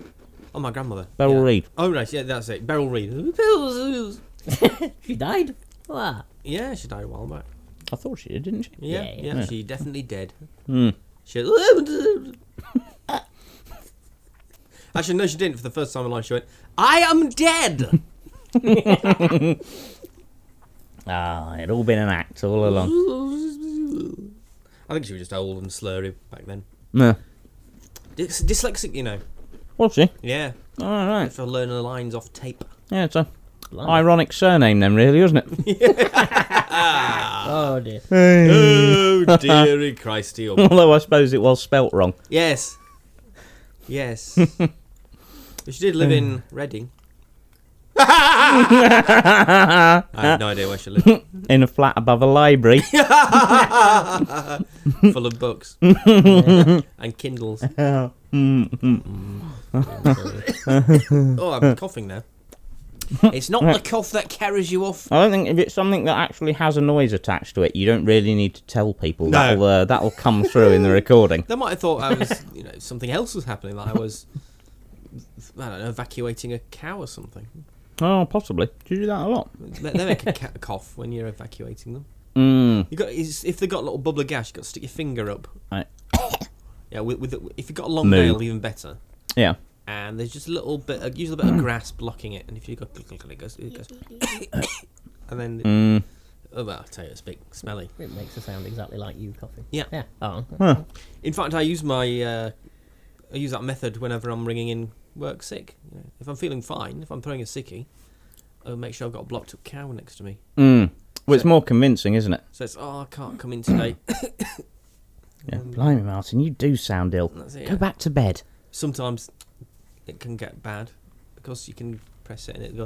Speaker 3: Oh, my grandmother.
Speaker 2: Beryl
Speaker 3: yeah.
Speaker 2: Reed.
Speaker 3: Oh, right, yeah, that's it. Beryl Reed.
Speaker 4: She died. Wow.
Speaker 3: Yeah, she died a while back.
Speaker 2: I thought she did, didn't she?
Speaker 3: Yeah,
Speaker 4: Yeah,
Speaker 3: yeah,
Speaker 4: yeah.
Speaker 3: she definitely dead.
Speaker 2: Hmm.
Speaker 3: She. [LAUGHS] Actually, no, she didn't. For the first time in life, she went, "I am dead."
Speaker 2: Ah, it'd all been an act all along.
Speaker 3: I think she was just old and slurry back then.
Speaker 2: No.
Speaker 3: Dys- dyslexic, you know.
Speaker 2: Was she?
Speaker 3: Yeah,
Speaker 2: All right.
Speaker 3: for learning the lines off tape.
Speaker 2: Yeah, it's a
Speaker 4: Blimey.
Speaker 2: ironic surname then, really, isn't it?
Speaker 4: Oh dear.
Speaker 3: [LAUGHS] oh dearie Christy! oh-
Speaker 2: Although I suppose it was spelt wrong.
Speaker 3: Yes, [LAUGHS] yes. but she did live in [LAUGHS] Reading. I have no idea where she lived. [LAUGHS]
Speaker 2: In a flat above a [LAUGHS] library.
Speaker 3: Full of [LAUGHS] books and [LAUGHS] Kindles. Oh, I'm coughing now. It's not the cough that carries you off.
Speaker 2: I don't think if it's something that actually has a noise attached to it, you don't really need to tell people. That'll, uh, that'll come through in the recording.
Speaker 3: They might have thought I was, [LAUGHS] you know, something else was happening. That I was, I don't know, evacuating a cow or something.
Speaker 2: [LAUGHS] Oh, possibly. Do you do that a lot?
Speaker 3: They they make a ca- cough when you're evacuating them.
Speaker 2: Mm.
Speaker 3: You got it's- if they got a little bubble of gas, you got to stick your finger up.
Speaker 2: Right.
Speaker 3: [COUGHS] Yeah, with, with the- if you got a long
Speaker 2: Moo.
Speaker 3: nail, even better.
Speaker 2: Yeah.
Speaker 3: And there's just a little bit, of, usually a bit of grass blocking it. And if you go [COUGHS] click click click, it goes, it goes, [COUGHS] and then
Speaker 2: Mm.
Speaker 3: oh well, I tell you, it's big, smelly.
Speaker 4: It makes a sound exactly like you coughing.
Speaker 3: Yeah.
Speaker 4: Yeah. Oh.
Speaker 3: In fact, I use my uh, I use that method whenever I'm ringing in work sick. You know, if I'm feeling fine, if I'm throwing a sickie, I'll make sure I've got a blocked up cow next to me.
Speaker 2: Mm. Well, it's more convincing, isn't it?
Speaker 3: So it's oh, I can't come in today. [COUGHS]
Speaker 2: Yeah. Mm. Blimey, Martin, you do sound ill.
Speaker 3: That's it,
Speaker 2: Go
Speaker 3: yeah.
Speaker 2: back to bed.
Speaker 3: Sometimes it can get bad because you can press it and it go, [COUGHS]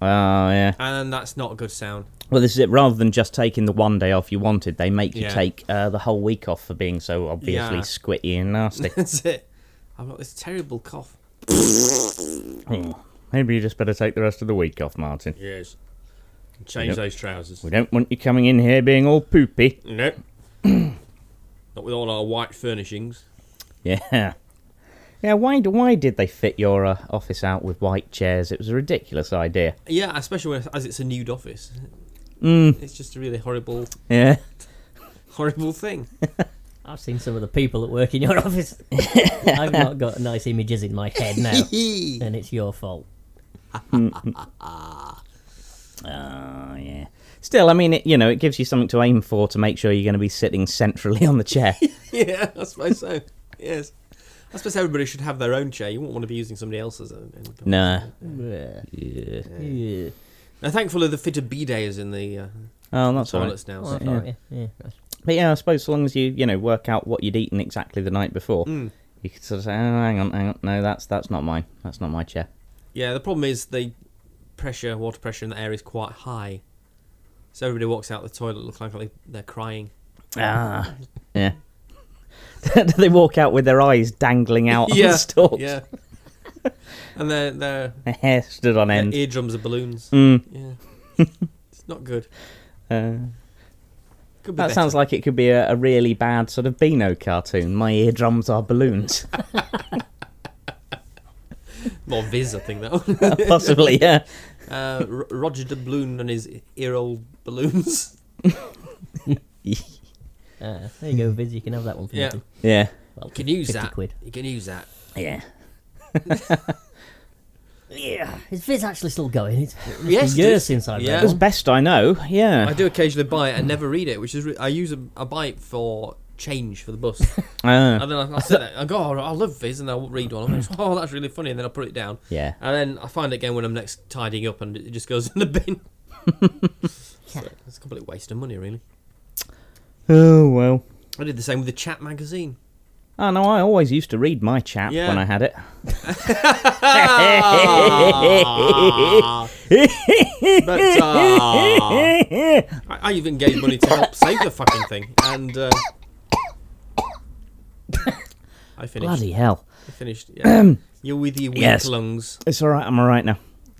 Speaker 2: Oh, yeah.
Speaker 3: and that's not a good sound. [LAUGHS]
Speaker 2: Well, this is it. Rather than just taking the one day off you wanted, they make you
Speaker 3: Yeah.
Speaker 2: take uh, the whole week off for being so obviously
Speaker 3: Yeah.
Speaker 2: squitty and [LAUGHS] nasty.
Speaker 3: That's it. I've got this terrible cough.
Speaker 2: Maybe you just better take the rest of the week off, Martin.
Speaker 3: Yes. Change
Speaker 2: Yep.
Speaker 3: those trousers.
Speaker 2: We don't want you coming in here being all poopy.
Speaker 3: Nope. [COUGHS] not with all our white furnishings.
Speaker 2: Yeah. Yeah, why, do- why did they fit your uh, office out with white chairs? It was a ridiculous idea.
Speaker 3: Yeah, especially when, as it's a nude office.
Speaker 2: Mm.
Speaker 3: It's just a really horrible,
Speaker 2: Yeah.
Speaker 3: horrible
Speaker 2: [LAUGHS]
Speaker 3: thing.
Speaker 4: I've seen some of the people that work in your [LAUGHS] office. I've not got nice images in my
Speaker 3: [LAUGHS]
Speaker 4: head now, [LAUGHS] and it's your fault.
Speaker 2: Oh, yeah. Still, I mean, it, you know, it gives you something to aim for to make sure you're going to be sitting centrally [LAUGHS] on the chair.
Speaker 3: yeah, I suppose so. Yes. I suppose everybody should have their own chair. You wouldn't want to be using somebody else's. uh, in-
Speaker 2: no.
Speaker 4: Yeah.
Speaker 2: Yeah.
Speaker 4: Yeah.
Speaker 3: Now, thankfully, the fitter bidet is in the uh,
Speaker 2: Oh, that's all right.
Speaker 3: toilets now.
Speaker 4: Oh,
Speaker 3: so-
Speaker 4: that's all right, yeah, yeah, that's-
Speaker 2: But yeah, I suppose so long as you you know work out what you'd eaten exactly the night before,
Speaker 3: Mm.
Speaker 2: you could sort of say, oh, hang on, hang on, no, that's that's not mine. That's not my chair.
Speaker 3: Yeah, the problem is the pressure, water pressure in the air is quite high. So everybody walks out the toilet look like they- they're crying.
Speaker 2: Ah, [LAUGHS] yeah. Do they walk out with their eyes dangling
Speaker 3: [LAUGHS]
Speaker 2: out on
Speaker 3: yeah,
Speaker 2: the stalks?
Speaker 3: yeah. and their their,
Speaker 2: Their [LAUGHS] hair stood on
Speaker 3: their
Speaker 2: end.
Speaker 3: eardrums are balloons.
Speaker 2: Mm.
Speaker 3: Yeah, it's not good.
Speaker 2: Uh,
Speaker 3: Could be
Speaker 2: that
Speaker 3: better.
Speaker 2: sounds like it could be a, a really bad sort of Beano cartoon. My eardrums are
Speaker 3: [LAUGHS]
Speaker 2: balloons.
Speaker 3: more Viz, I think though.
Speaker 2: [LAUGHS] Possibly, yeah.
Speaker 3: [LAUGHS] uh, R- Roger de Balloon and his ear old balloons.
Speaker 4: Uh, there you go, Viz. You can have that one for
Speaker 3: Yeah.
Speaker 4: nothing.
Speaker 2: Yeah.
Speaker 4: Well,
Speaker 3: You can use
Speaker 4: 50
Speaker 3: that.
Speaker 4: quid.
Speaker 3: You can use that.
Speaker 2: Yeah.
Speaker 4: [LAUGHS] Yeah, is Viz actually still going? It's been
Speaker 3: Yes, it
Speaker 4: years
Speaker 3: is.
Speaker 4: since I've
Speaker 3: Yeah.
Speaker 4: read
Speaker 2: As
Speaker 4: one.
Speaker 2: best I know, yeah.
Speaker 3: I do occasionally buy it and never read it, which is re- I use a, I buy it for change for the bus.
Speaker 2: Ah,
Speaker 3: And then I, I said that. I go, oh, I love Viz, and I'll read one. I'm like, oh, that's really funny, and then I put it down.
Speaker 2: yeah.
Speaker 3: And then I find it again when I'm next tidying up, and it just goes [LAUGHS] in the bin. so, it's a complete waste of money, really.
Speaker 2: Oh, well.
Speaker 3: I did the same with the Chat magazine.
Speaker 2: Oh no, I always used to read my chap
Speaker 3: Yeah.
Speaker 2: when I had it. [LAUGHS]
Speaker 3: But uh, I, I even gave money to help save the fucking thing, and uh, I finished.
Speaker 2: Bloody hell.
Speaker 3: I finished.
Speaker 2: [CLEARS THROAT]
Speaker 3: Yeah. You're with your weak
Speaker 2: Yes.
Speaker 3: lungs.
Speaker 2: It's alright, I'm alright now.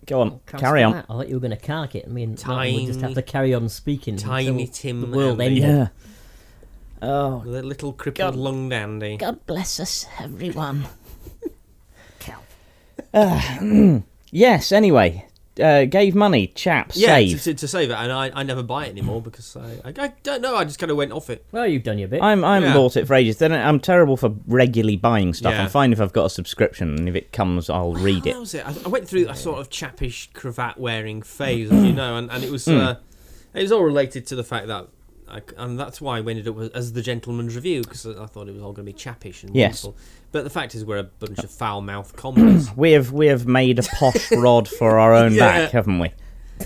Speaker 2: Go on,
Speaker 4: Can't
Speaker 2: carry
Speaker 4: say
Speaker 2: on.
Speaker 4: that. I thought you were going to cark it. I mean, Martin would just have
Speaker 3: Tiny-
Speaker 4: to carry on speaking. until
Speaker 3: Tiny Tim
Speaker 4: The world
Speaker 3: Allen.
Speaker 4: ended.
Speaker 2: Yeah. Oh,
Speaker 3: The little crippled
Speaker 2: God.
Speaker 3: lung dandy.
Speaker 2: God bless us, [LAUGHS] everyone.
Speaker 4: Cal.
Speaker 2: Ah, mm. yes, anyway. Uh, gave money, chap,
Speaker 3: Yeah, to,
Speaker 2: save.
Speaker 3: to, to save it, and I, I never buy it anymore because I, I, I don't know. I just kind of went off it.
Speaker 4: Well, you've done your bit. [LAUGHS]
Speaker 2: I'm I'm
Speaker 3: Yeah.
Speaker 2: bought it for ages. Then I'm terrible for regularly buying stuff.
Speaker 3: Yeah.
Speaker 2: I'm fine if I've got a subscription, and if it comes, I'll read
Speaker 3: That
Speaker 2: it.
Speaker 3: was it. I, I went through a sort of chappish cravat wearing phase, as you know, and, and it
Speaker 2: Hmm.
Speaker 3: was uh, it was all related to the fact that, I c and that's why we ended up with- as the gentleman's review because I thought it was all going to be chappish and
Speaker 2: Yes.
Speaker 3: wonderful. But the fact is, we're a bunch
Speaker 2: [LAUGHS]
Speaker 3: of foul mouthed commoners.
Speaker 2: We have we have made a
Speaker 3: [LAUGHS]
Speaker 2: posh rod for our own
Speaker 3: Yeah.
Speaker 2: back, haven't we?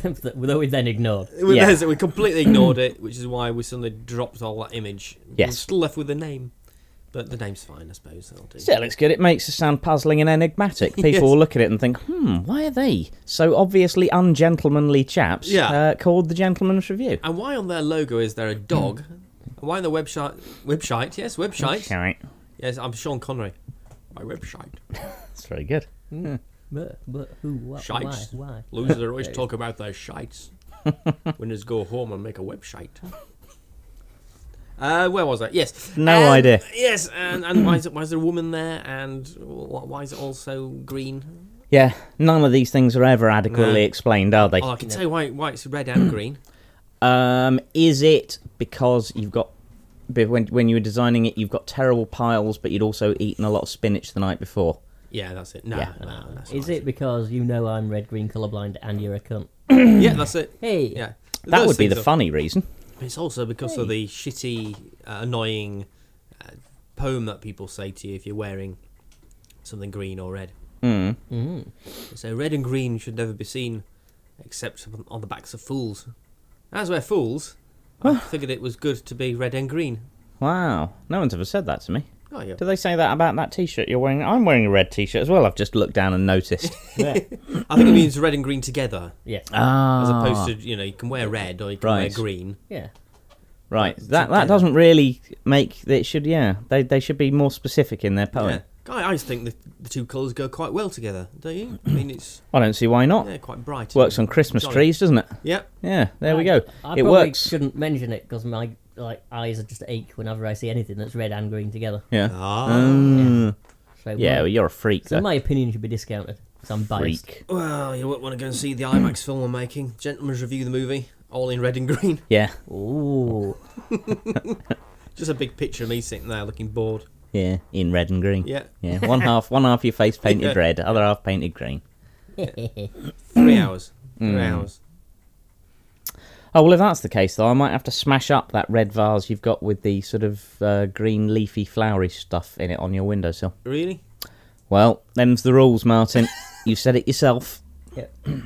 Speaker 4: Though we then ignored.
Speaker 3: we,
Speaker 2: [CLEARS THROAT] Yeah.
Speaker 3: there's- we completely ignored it, which is why we suddenly dropped all that image. We're
Speaker 2: Yes.
Speaker 3: still left with the name, but the name's fine, I suppose. That'll do.
Speaker 2: Still, it's good. It makes us sound puzzling and
Speaker 3: [LAUGHS]
Speaker 2: enigmatic. People
Speaker 3: Yes.
Speaker 2: will look at it and think, hmm, why are they so obviously ungentlemanly chaps
Speaker 3: Yeah.
Speaker 2: uh, called the Gentleman's Review?
Speaker 3: And why on their logo is there a dog?
Speaker 2: Hmm.
Speaker 3: and why on the website? Website? Yes, website.
Speaker 2: All right.
Speaker 3: Yes, I'm Sean Connery. My website.
Speaker 2: That's very good.
Speaker 4: But, but who, what, why,
Speaker 3: Shites.
Speaker 4: why?
Speaker 3: Losers
Speaker 4: [LAUGHS]
Speaker 3: always talk about
Speaker 2: [LAUGHS]
Speaker 3: their shites. Winners go home and make a website. Uh, where was I? Yes.
Speaker 2: No
Speaker 3: Um,
Speaker 2: idea.
Speaker 3: Yes, and, and why, is it, why is there a woman there? And wh- why is it all so green?
Speaker 2: Yeah, none of these things are ever adequately explained, are they?
Speaker 3: Oh, I can tell you why, why it's red and
Speaker 2: [CLEARS THROAT]
Speaker 3: green.
Speaker 2: Um, is it because you've got be- when when you were designing it, you've got terrible piles, but you'd also eaten a lot of spinach the night before?
Speaker 3: Yeah, that's it. No,
Speaker 2: Yeah.
Speaker 3: no, that's
Speaker 4: Is
Speaker 3: not
Speaker 4: it because you know I'm red, green, colourblind, and you're a cunt?
Speaker 3: Yeah, that's it.
Speaker 4: Hey,
Speaker 3: Yeah.
Speaker 2: That
Speaker 3: Those
Speaker 2: would be
Speaker 3: things
Speaker 2: the
Speaker 3: are-
Speaker 2: funny reason.
Speaker 3: It's also because of the shitty, uh, annoying uh, poem that people say to you if you're wearing something green or red.
Speaker 2: Mm.
Speaker 3: They say red and green should never be seen except on- on the backs of fools. As we're fools, I figured it was good to be red and green.
Speaker 2: Wow, no one's ever said that to me.
Speaker 3: Oh, yeah.
Speaker 2: Do they say that about that T-shirt you're wearing? I'm wearing a red T-shirt as well. I've just looked down and
Speaker 3: [LAUGHS]
Speaker 2: noticed.
Speaker 4: yeah.
Speaker 3: I think it means red and green together,
Speaker 4: yeah,
Speaker 2: ah,
Speaker 3: as opposed to you know you can wear red or you can
Speaker 2: Right.
Speaker 3: wear green.
Speaker 4: yeah.
Speaker 2: right. That that doesn't really make it should. Yeah, they they should be more specific in their poem.
Speaker 3: Yeah. I I just think the, the two colours go quite well together, don't you? I mean, it's
Speaker 2: I don't see why not.
Speaker 3: yeah, quite bright.
Speaker 2: Works on Christmas
Speaker 3: Jolly.
Speaker 2: trees, doesn't it?
Speaker 3: Yeah.
Speaker 2: Yeah, there we go.
Speaker 4: I
Speaker 2: it
Speaker 4: probably
Speaker 2: works.
Speaker 4: shouldn't mention it because my like eyes are just ache whenever I see anything that's red and green together.
Speaker 2: Yeah. Hmm.
Speaker 3: Ah.
Speaker 2: Um,
Speaker 4: So
Speaker 2: yeah,
Speaker 4: my,
Speaker 2: well, you're a freak,
Speaker 4: so
Speaker 2: though.
Speaker 4: my opinion should be discounted. 'cause I'm biased.
Speaker 2: freak.
Speaker 3: Well, you won't want to go and see the IMAX film we're making. Gentlemen's review the movie, all in red and [LAUGHS] green.
Speaker 2: Yeah.
Speaker 4: Ooh, [LAUGHS]
Speaker 3: Just a big picture of me sitting there looking bored.
Speaker 2: Yeah, in red and green.
Speaker 3: Yeah.
Speaker 2: Yeah, one half, one half your face painted
Speaker 3: Yeah.
Speaker 2: red, other half painted green.
Speaker 3: Three
Speaker 2: Hmm.
Speaker 3: hours. Three hours.
Speaker 2: Oh well, if that's the case, though, I might have to smash up that red vase you've got with the sort of uh, green leafy flowery stuff in it on your windowsill.
Speaker 3: Really?
Speaker 2: Well,
Speaker 3: [LAUGHS]
Speaker 2: them's the rules, Martin. you said it yourself.
Speaker 4: yeah.
Speaker 2: [CLEARS THROAT]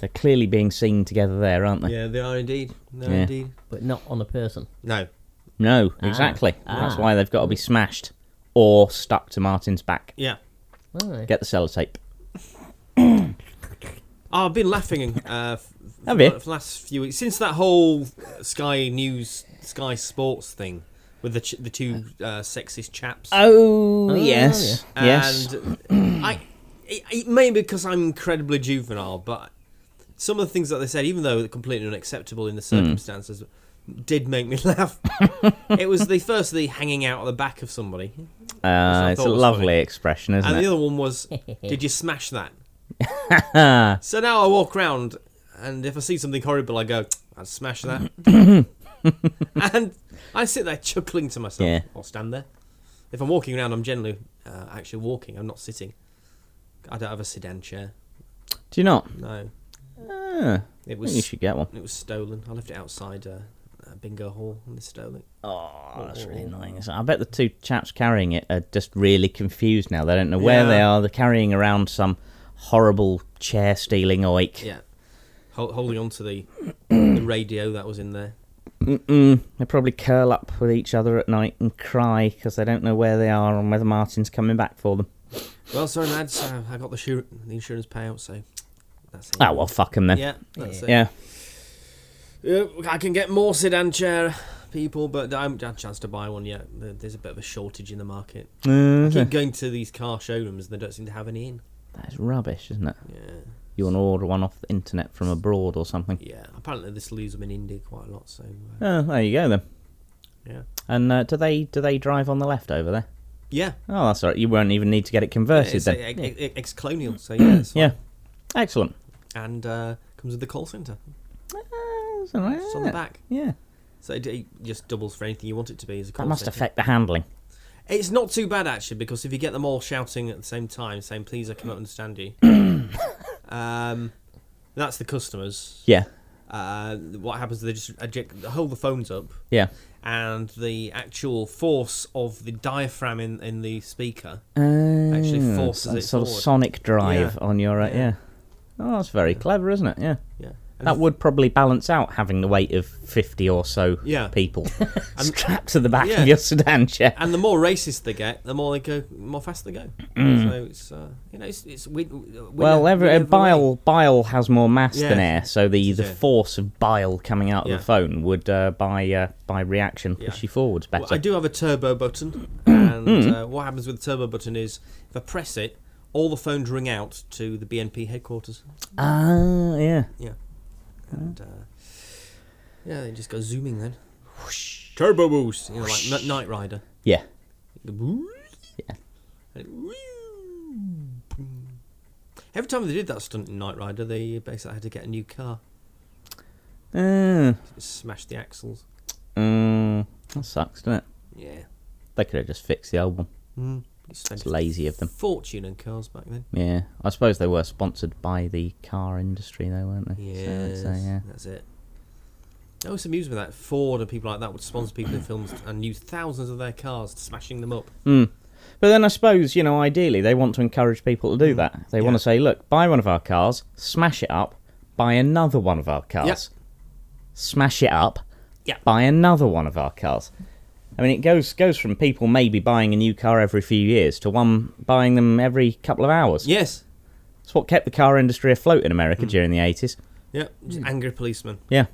Speaker 2: They're clearly being seen together there, aren't they?
Speaker 3: Yeah, they are indeed. They are
Speaker 2: Yeah.
Speaker 3: indeed.
Speaker 4: but not on a person.
Speaker 3: No.
Speaker 2: No, exactly. That's
Speaker 4: Ah.
Speaker 2: why they've got to be smashed or stuck to Martin's back.
Speaker 3: Yeah.
Speaker 4: Aye.
Speaker 2: Get the sellotape.
Speaker 3: Oh, I've been laughing uh, f-
Speaker 2: [LAUGHS] Have you?
Speaker 3: for the last few weeks since that whole uh, Sky News, Sky Sports thing with the ch- the two uh, sexist chaps.
Speaker 2: Oh,
Speaker 4: yes.
Speaker 2: yes, yes.
Speaker 3: And I, it, it may be because I'm incredibly juvenile, but some of the things that they said, even though they're completely unacceptable in the
Speaker 2: Hmm.
Speaker 3: circumstances, did make me [LAUGHS]
Speaker 2: [LAUGHS]
Speaker 3: laugh. it was the first, the hanging out at the back of somebody,
Speaker 2: Uh,
Speaker 3: I
Speaker 2: it's a
Speaker 3: thought was
Speaker 2: lovely
Speaker 3: funny.
Speaker 2: expression, isn't
Speaker 3: and the
Speaker 2: it?
Speaker 3: other
Speaker 2: [LAUGHS]
Speaker 3: one was, "Did you smash that?" so now I walk around, and if I see something horrible, I go, "I'd smash that,"
Speaker 2: [COUGHS]
Speaker 3: and I sit there chuckling to myself.
Speaker 2: Yeah.
Speaker 3: I'll stand there. If I'm walking around, I'm generally uh, actually walking. I'm not sitting. I don't have a sedan chair.
Speaker 2: Do you not?
Speaker 3: No,
Speaker 2: Ah,
Speaker 3: it
Speaker 2: I think you
Speaker 3: was
Speaker 2: should get one.
Speaker 3: it was stolen. I left it outside uh, uh, bingo hall, and they stole it.
Speaker 2: Oh, that's really annoying. isn't it? I bet the two chaps carrying it are just really confused now. They don't know where they
Speaker 3: Yeah.
Speaker 2: are. They're carrying around some horrible chair stealing oik.
Speaker 3: Yeah, Hol- holding on to the the radio that was in there.
Speaker 2: Mm-mm. They probably curl up with each other at night and cry because they don't know where they are and whether Martin's coming back for them.
Speaker 3: Well, sorry, lads. Uh, I got the, shu- the insurance payout, so that's it.
Speaker 2: Oh, well, fuck them then.
Speaker 3: Yeah, that's it.
Speaker 2: Yeah.
Speaker 3: Yeah, Uh, I can get more sedan chair people, but I haven't had a chance to buy one yet. There- There's a bit of a shortage in the market. I keep going to these car showrooms and they don't seem to have any in.
Speaker 2: That's rubbish, isn't it?
Speaker 3: Yeah,
Speaker 2: You want to order one off the internet from abroad or something.
Speaker 3: yeah. Apparently, this leaves them in India quite a lot. So uh,
Speaker 2: Oh, there you go then.
Speaker 3: yeah,
Speaker 2: And uh, do they do they drive on the left over there?
Speaker 3: yeah.
Speaker 2: Oh, that's all right. You won't even need to get it converted
Speaker 3: It's
Speaker 2: then.
Speaker 3: a- e- e- ex-colonial, so yeah, it's fine.
Speaker 2: yeah. Excellent.
Speaker 3: and uh, comes with the call center.
Speaker 2: Ah, that's all right,
Speaker 3: It's on
Speaker 2: isn't
Speaker 3: the
Speaker 2: it?
Speaker 3: back,
Speaker 2: Yeah.
Speaker 3: so it, it just doubles for anything you want it to be as a call
Speaker 2: That must
Speaker 3: centre.
Speaker 2: affect the handling.
Speaker 3: It's not too bad actually, because if you get them all shouting at the same time, saying "Please, I cannot
Speaker 2: [COUGHS]
Speaker 3: understand you," um, that's the customers.
Speaker 2: Yeah.
Speaker 3: Uh, what happens? They just eject, hold the phones up,
Speaker 2: Yeah.
Speaker 3: and the actual force of the diaphragm in, in the speaker.
Speaker 2: Actually,
Speaker 3: forces
Speaker 2: a
Speaker 3: it
Speaker 2: Oh, sort of
Speaker 3: forward.
Speaker 2: sonic drive
Speaker 3: Yeah.
Speaker 2: on your uh, yeah.
Speaker 3: Yeah.
Speaker 2: Oh, that's very clever, isn't it? Yeah.
Speaker 3: Yeah, and
Speaker 2: That
Speaker 3: the-
Speaker 2: would probably balance out having the weight of fifty or so
Speaker 3: Yeah. [LAUGHS]
Speaker 2: people strapped to the back
Speaker 3: Yeah.
Speaker 2: of your sedan chair.
Speaker 3: And the more racist they get, the more they go, more fast they go. So it's uh, you know it's it's win, win
Speaker 2: Mm. Well, every,
Speaker 3: win way.
Speaker 2: bile bile has more mass than
Speaker 3: Yeah.
Speaker 2: air, so the, the
Speaker 3: Yeah.
Speaker 2: force of bile coming out of
Speaker 3: Yeah.
Speaker 2: the phone would, uh, by uh, by reaction, push
Speaker 3: Yeah.
Speaker 2: you forwards better. Hmm.
Speaker 3: Well, I do have a
Speaker 2: [CLEARS THROAT]
Speaker 3: turbo button, and uh, what happens with the turbo button is if I press it, all the phones ring out to the BNP headquarters.
Speaker 2: Ah, yeah.
Speaker 3: Yeah, and uh, yeah, it just goes zooming then. Turbo boost, you know, like N- Night Rider.
Speaker 2: Yeah.
Speaker 3: Yeah. Every time they did that stunt in Night Rider, they basically had to get a new car.
Speaker 2: Mm.
Speaker 3: Smash the axles.
Speaker 2: Mm. That sucks, doesn't it?
Speaker 3: Yeah.
Speaker 2: They could have just fixed the old one.
Speaker 3: You spent
Speaker 2: It's lazy of them.
Speaker 3: fortune on cars back then.
Speaker 2: Yeah. I suppose they were sponsored by the car industry, though, weren't they? So
Speaker 3: Yes,
Speaker 2: it's, uh, yeah.
Speaker 3: that's it. I always amused me that Ford and people like that would sponsor people in films and use thousands of their cars, smashing them up.
Speaker 2: Hmm. But then I suppose, you know, ideally they want to encourage people to do that. They want
Speaker 3: Hmm. Yeah.
Speaker 2: to say, look, buy one of our cars, smash it up, buy another one of our cars. Smash it up,
Speaker 3: Yeah.
Speaker 2: buy another one of our cars. I mean, it goes goes from people maybe buying a new car every few years to one buying them every couple of hours.
Speaker 3: Yes.
Speaker 2: It's what kept the car industry afloat in America
Speaker 3: Hmm.
Speaker 2: during the 80s.
Speaker 3: Yep. Just
Speaker 2: Hmm.
Speaker 3: angry
Speaker 2: [LAUGHS]
Speaker 3: policemen.
Speaker 2: Yeah.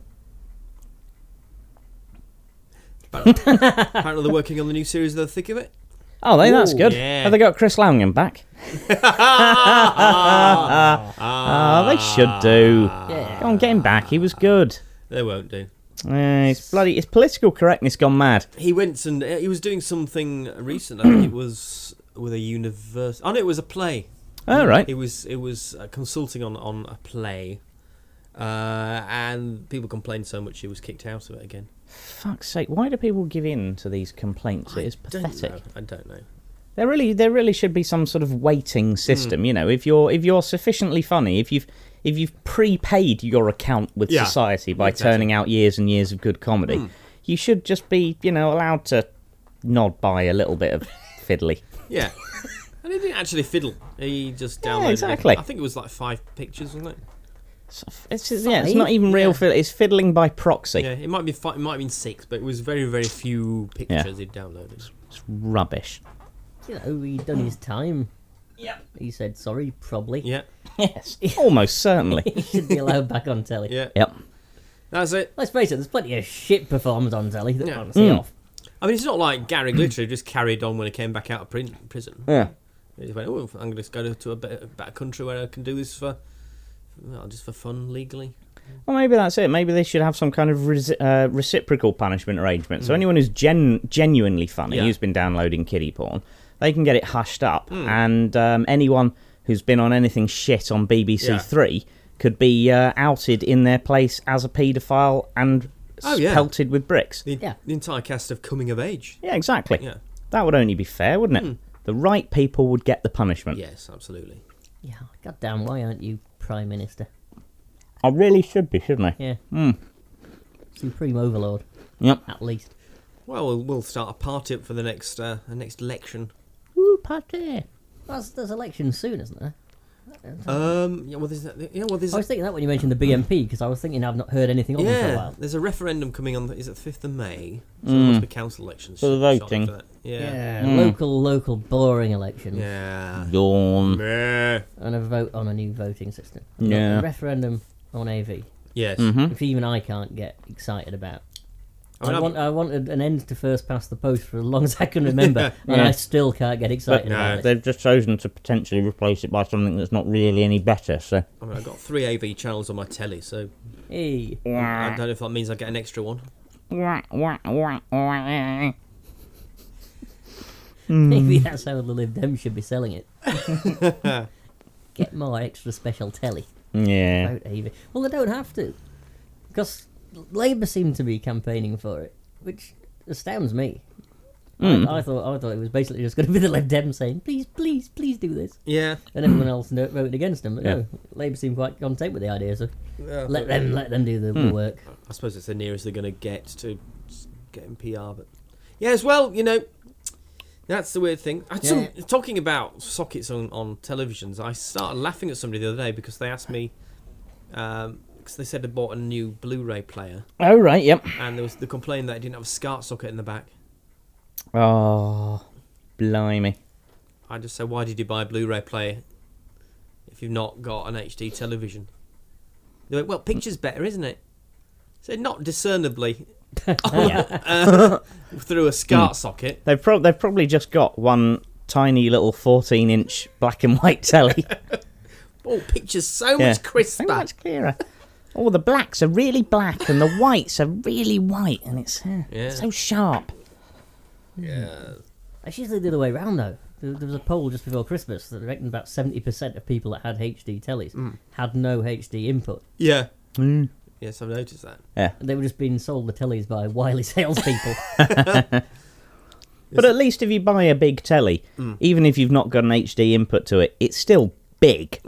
Speaker 3: Apparently, apparently they're working on the new series of The Thick of It.
Speaker 2: Oh, they, that's
Speaker 4: Ooh,
Speaker 2: good.
Speaker 3: yeah.
Speaker 2: Have they got Chris Langan back?
Speaker 3: Uh,
Speaker 2: Ah, they should do.
Speaker 3: Ah.
Speaker 4: Yeah.
Speaker 2: Go on, get him back. He was good.
Speaker 3: They won't do.
Speaker 2: Eh, it's bloody. It's political correctness gone mad.
Speaker 3: He went and uh, he was doing something recent. I think it was with a universe. Oh no, it was a play.
Speaker 2: All Oh, right.
Speaker 3: It was it was uh, consulting on on a play, uh, and people complained so much he was kicked out of it again.
Speaker 2: Fuck's sake! Why do people give in to these complaints? It is pathetic.
Speaker 3: Don't know. I don't know.
Speaker 2: There really, there really should be some sort of waiting
Speaker 3: Hmm.
Speaker 2: system. You know, if you're if you're sufficiently funny, if you've if you've prepaid your account with
Speaker 3: Yeah,
Speaker 2: society by
Speaker 3: exactly. Hmm.
Speaker 2: turning out years and years of good comedy, you should just be you know allowed to nod by a little
Speaker 3: [LAUGHS]
Speaker 2: bit of fiddly.
Speaker 3: Yeah. [LAUGHS] And he didn't actually fiddle. He just downloaded. it.
Speaker 2: exactly.
Speaker 3: I think it was like five pictures, wasn't it?
Speaker 2: It's, it's, yeah, it's not even real. Fiddle, it's fiddling by proxy.
Speaker 3: Yeah, it might be five, it might have been six, but it was very very few pictures he would downloaded.
Speaker 2: It's rubbish.
Speaker 4: You know, he done his time.
Speaker 3: Yep.
Speaker 4: He said sorry, probably.
Speaker 3: Yeah,
Speaker 2: [LAUGHS] Yes, almost [LAUGHS] certainly.
Speaker 4: [LAUGHS] He should be allowed back on telly.
Speaker 3: yeah,
Speaker 2: yep.
Speaker 3: that's it.
Speaker 4: Let's face it, there's plenty of shit performed on telly that
Speaker 3: Yeah.
Speaker 4: can't see
Speaker 2: Hmm.
Speaker 4: off.
Speaker 3: I mean, it's not like Gary Glitter who just carried on when he came back out of prin- prison.
Speaker 2: Yeah.
Speaker 3: He just went, oh, I'm going to go to- to a better, better country where I can do this for, well, just for fun legally.
Speaker 2: Well, maybe that's it. Maybe they should have some kind of res- uh, reciprocal punishment arrangement. So anyone who's gen- genuinely funny,
Speaker 3: Hmm. Yeah.
Speaker 2: who's been downloading kiddie porn, they can get it hushed up.
Speaker 3: Hmm.
Speaker 2: And um, anyone who's been on anything shit on BBC
Speaker 3: Yeah.
Speaker 2: Three could be uh, outed in their place as a paedophile and
Speaker 3: Oh, yeah.
Speaker 2: pelted with bricks.
Speaker 3: The,
Speaker 4: Yeah.
Speaker 3: the entire cast of Coming of Age.
Speaker 2: Yeah, exactly.
Speaker 3: Yeah. Hmm.
Speaker 2: That would only be fair, wouldn't it? The right people would get the punishment.
Speaker 3: Yes, absolutely.
Speaker 4: Yeah, goddamn, why aren't you Prime Minister?
Speaker 2: I really should be, shouldn't I?
Speaker 4: Yeah. Supreme Overlord,
Speaker 2: Hmm. Yep.
Speaker 4: at least.
Speaker 3: Well, we'll, we'll start a party up for the next uh, the next election.
Speaker 4: Woo, party! Well, there's elections soon, isn't there?
Speaker 3: Um, yeah, well, there's that, yeah, well, there's
Speaker 4: I was thinking that when you mentioned the BNP, because I was thinking I've not heard anything on them for a
Speaker 3: yeah,
Speaker 4: while.
Speaker 3: there's a referendum coming on. The, is it the fifth of May? So there must be council elections
Speaker 2: For the
Speaker 3: shortly
Speaker 2: voting.
Speaker 3: after that. Yeah,
Speaker 4: Yeah, local, local, boring elections,
Speaker 3: yeah.
Speaker 2: Yawn.
Speaker 3: yeah.
Speaker 4: and a vote on a new voting system.
Speaker 2: Yeah.
Speaker 4: A referendum on AV,
Speaker 3: Yes.
Speaker 4: which even I can't get excited about.
Speaker 3: I mean,
Speaker 4: I,
Speaker 3: I'm-
Speaker 4: want, I wanted an end to first past the post for as long as I
Speaker 3: [LAUGHS]
Speaker 4: can remember, and
Speaker 2: Yeah.
Speaker 4: I still can't get excited
Speaker 3: no,
Speaker 4: about it.
Speaker 2: They've just chosen to potentially replace it by something that's not really any better. So
Speaker 3: I mean, I've got three AV channels on my telly, so
Speaker 4: Hey,
Speaker 3: I don't know if that means I get an extra one.
Speaker 4: maybe that's how the Lib Dem should be selling
Speaker 3: [LAUGHS]
Speaker 4: it. get more extra special telly
Speaker 2: yeah,
Speaker 3: Oh.
Speaker 4: out AV. Well, they don't have to, because Labour seem to be campaigning for it, which astounds me.
Speaker 2: Hmm.
Speaker 4: I, I thought I thought it was basically just going to be the Lib Dem saying, "Please, please, please do this,"
Speaker 3: Yeah.
Speaker 4: and everyone else no- voted against them. But
Speaker 2: Yeah.
Speaker 4: no, Labour seem quite content with the idea, so
Speaker 3: Yeah,
Speaker 4: let
Speaker 3: but-
Speaker 4: them let them do the
Speaker 2: Hmm.
Speaker 4: work.
Speaker 3: I suppose it's the nearest they're going to get to s- getting PR, but yeah, as well, you know, that's the weird thing. I, some-
Speaker 4: Yeah.
Speaker 3: Talking about sockets on on televisions, I started laughing at somebody the other day because they asked me because they said they bought a new Blu-ray player
Speaker 2: Oh right, yep.
Speaker 3: and there was the complaint that it didn't have a SCART socket in the back.
Speaker 2: Oh, blimey.
Speaker 3: I just say, why did you buy a Blu-ray player if you've not got an HD television? They went, well, picture's better, isn't it? So
Speaker 2: [LAUGHS]
Speaker 3: not discernibly [LAUGHS] uh, through a
Speaker 2: Hmm.
Speaker 3: SCART socket.
Speaker 2: They've prob they've probably just got one tiny little fourteen-inch black and white
Speaker 3: [LAUGHS]
Speaker 2: telly.
Speaker 3: Oh, picture's so
Speaker 2: Yeah.
Speaker 3: much crisper.
Speaker 2: so much clearer. Oh, the blacks are really black and the whites are really white, and it's uh,
Speaker 3: Yeah.
Speaker 2: so sharp.
Speaker 3: Yeah.
Speaker 4: It's usually the other way around, though. There, there was a poll just before Christmas that reckoned about 70% of people that had HD tellies had no HD input.
Speaker 3: Yeah.
Speaker 2: Hmm.
Speaker 3: Yes, I've noticed that.
Speaker 4: And they were just being sold the tellies by
Speaker 2: [LAUGHS]
Speaker 4: wily [LAUGHS] salespeople.
Speaker 2: But at least if you buy a big telly,
Speaker 3: Mm.
Speaker 2: even if you've not got an HD input to it, it's still big.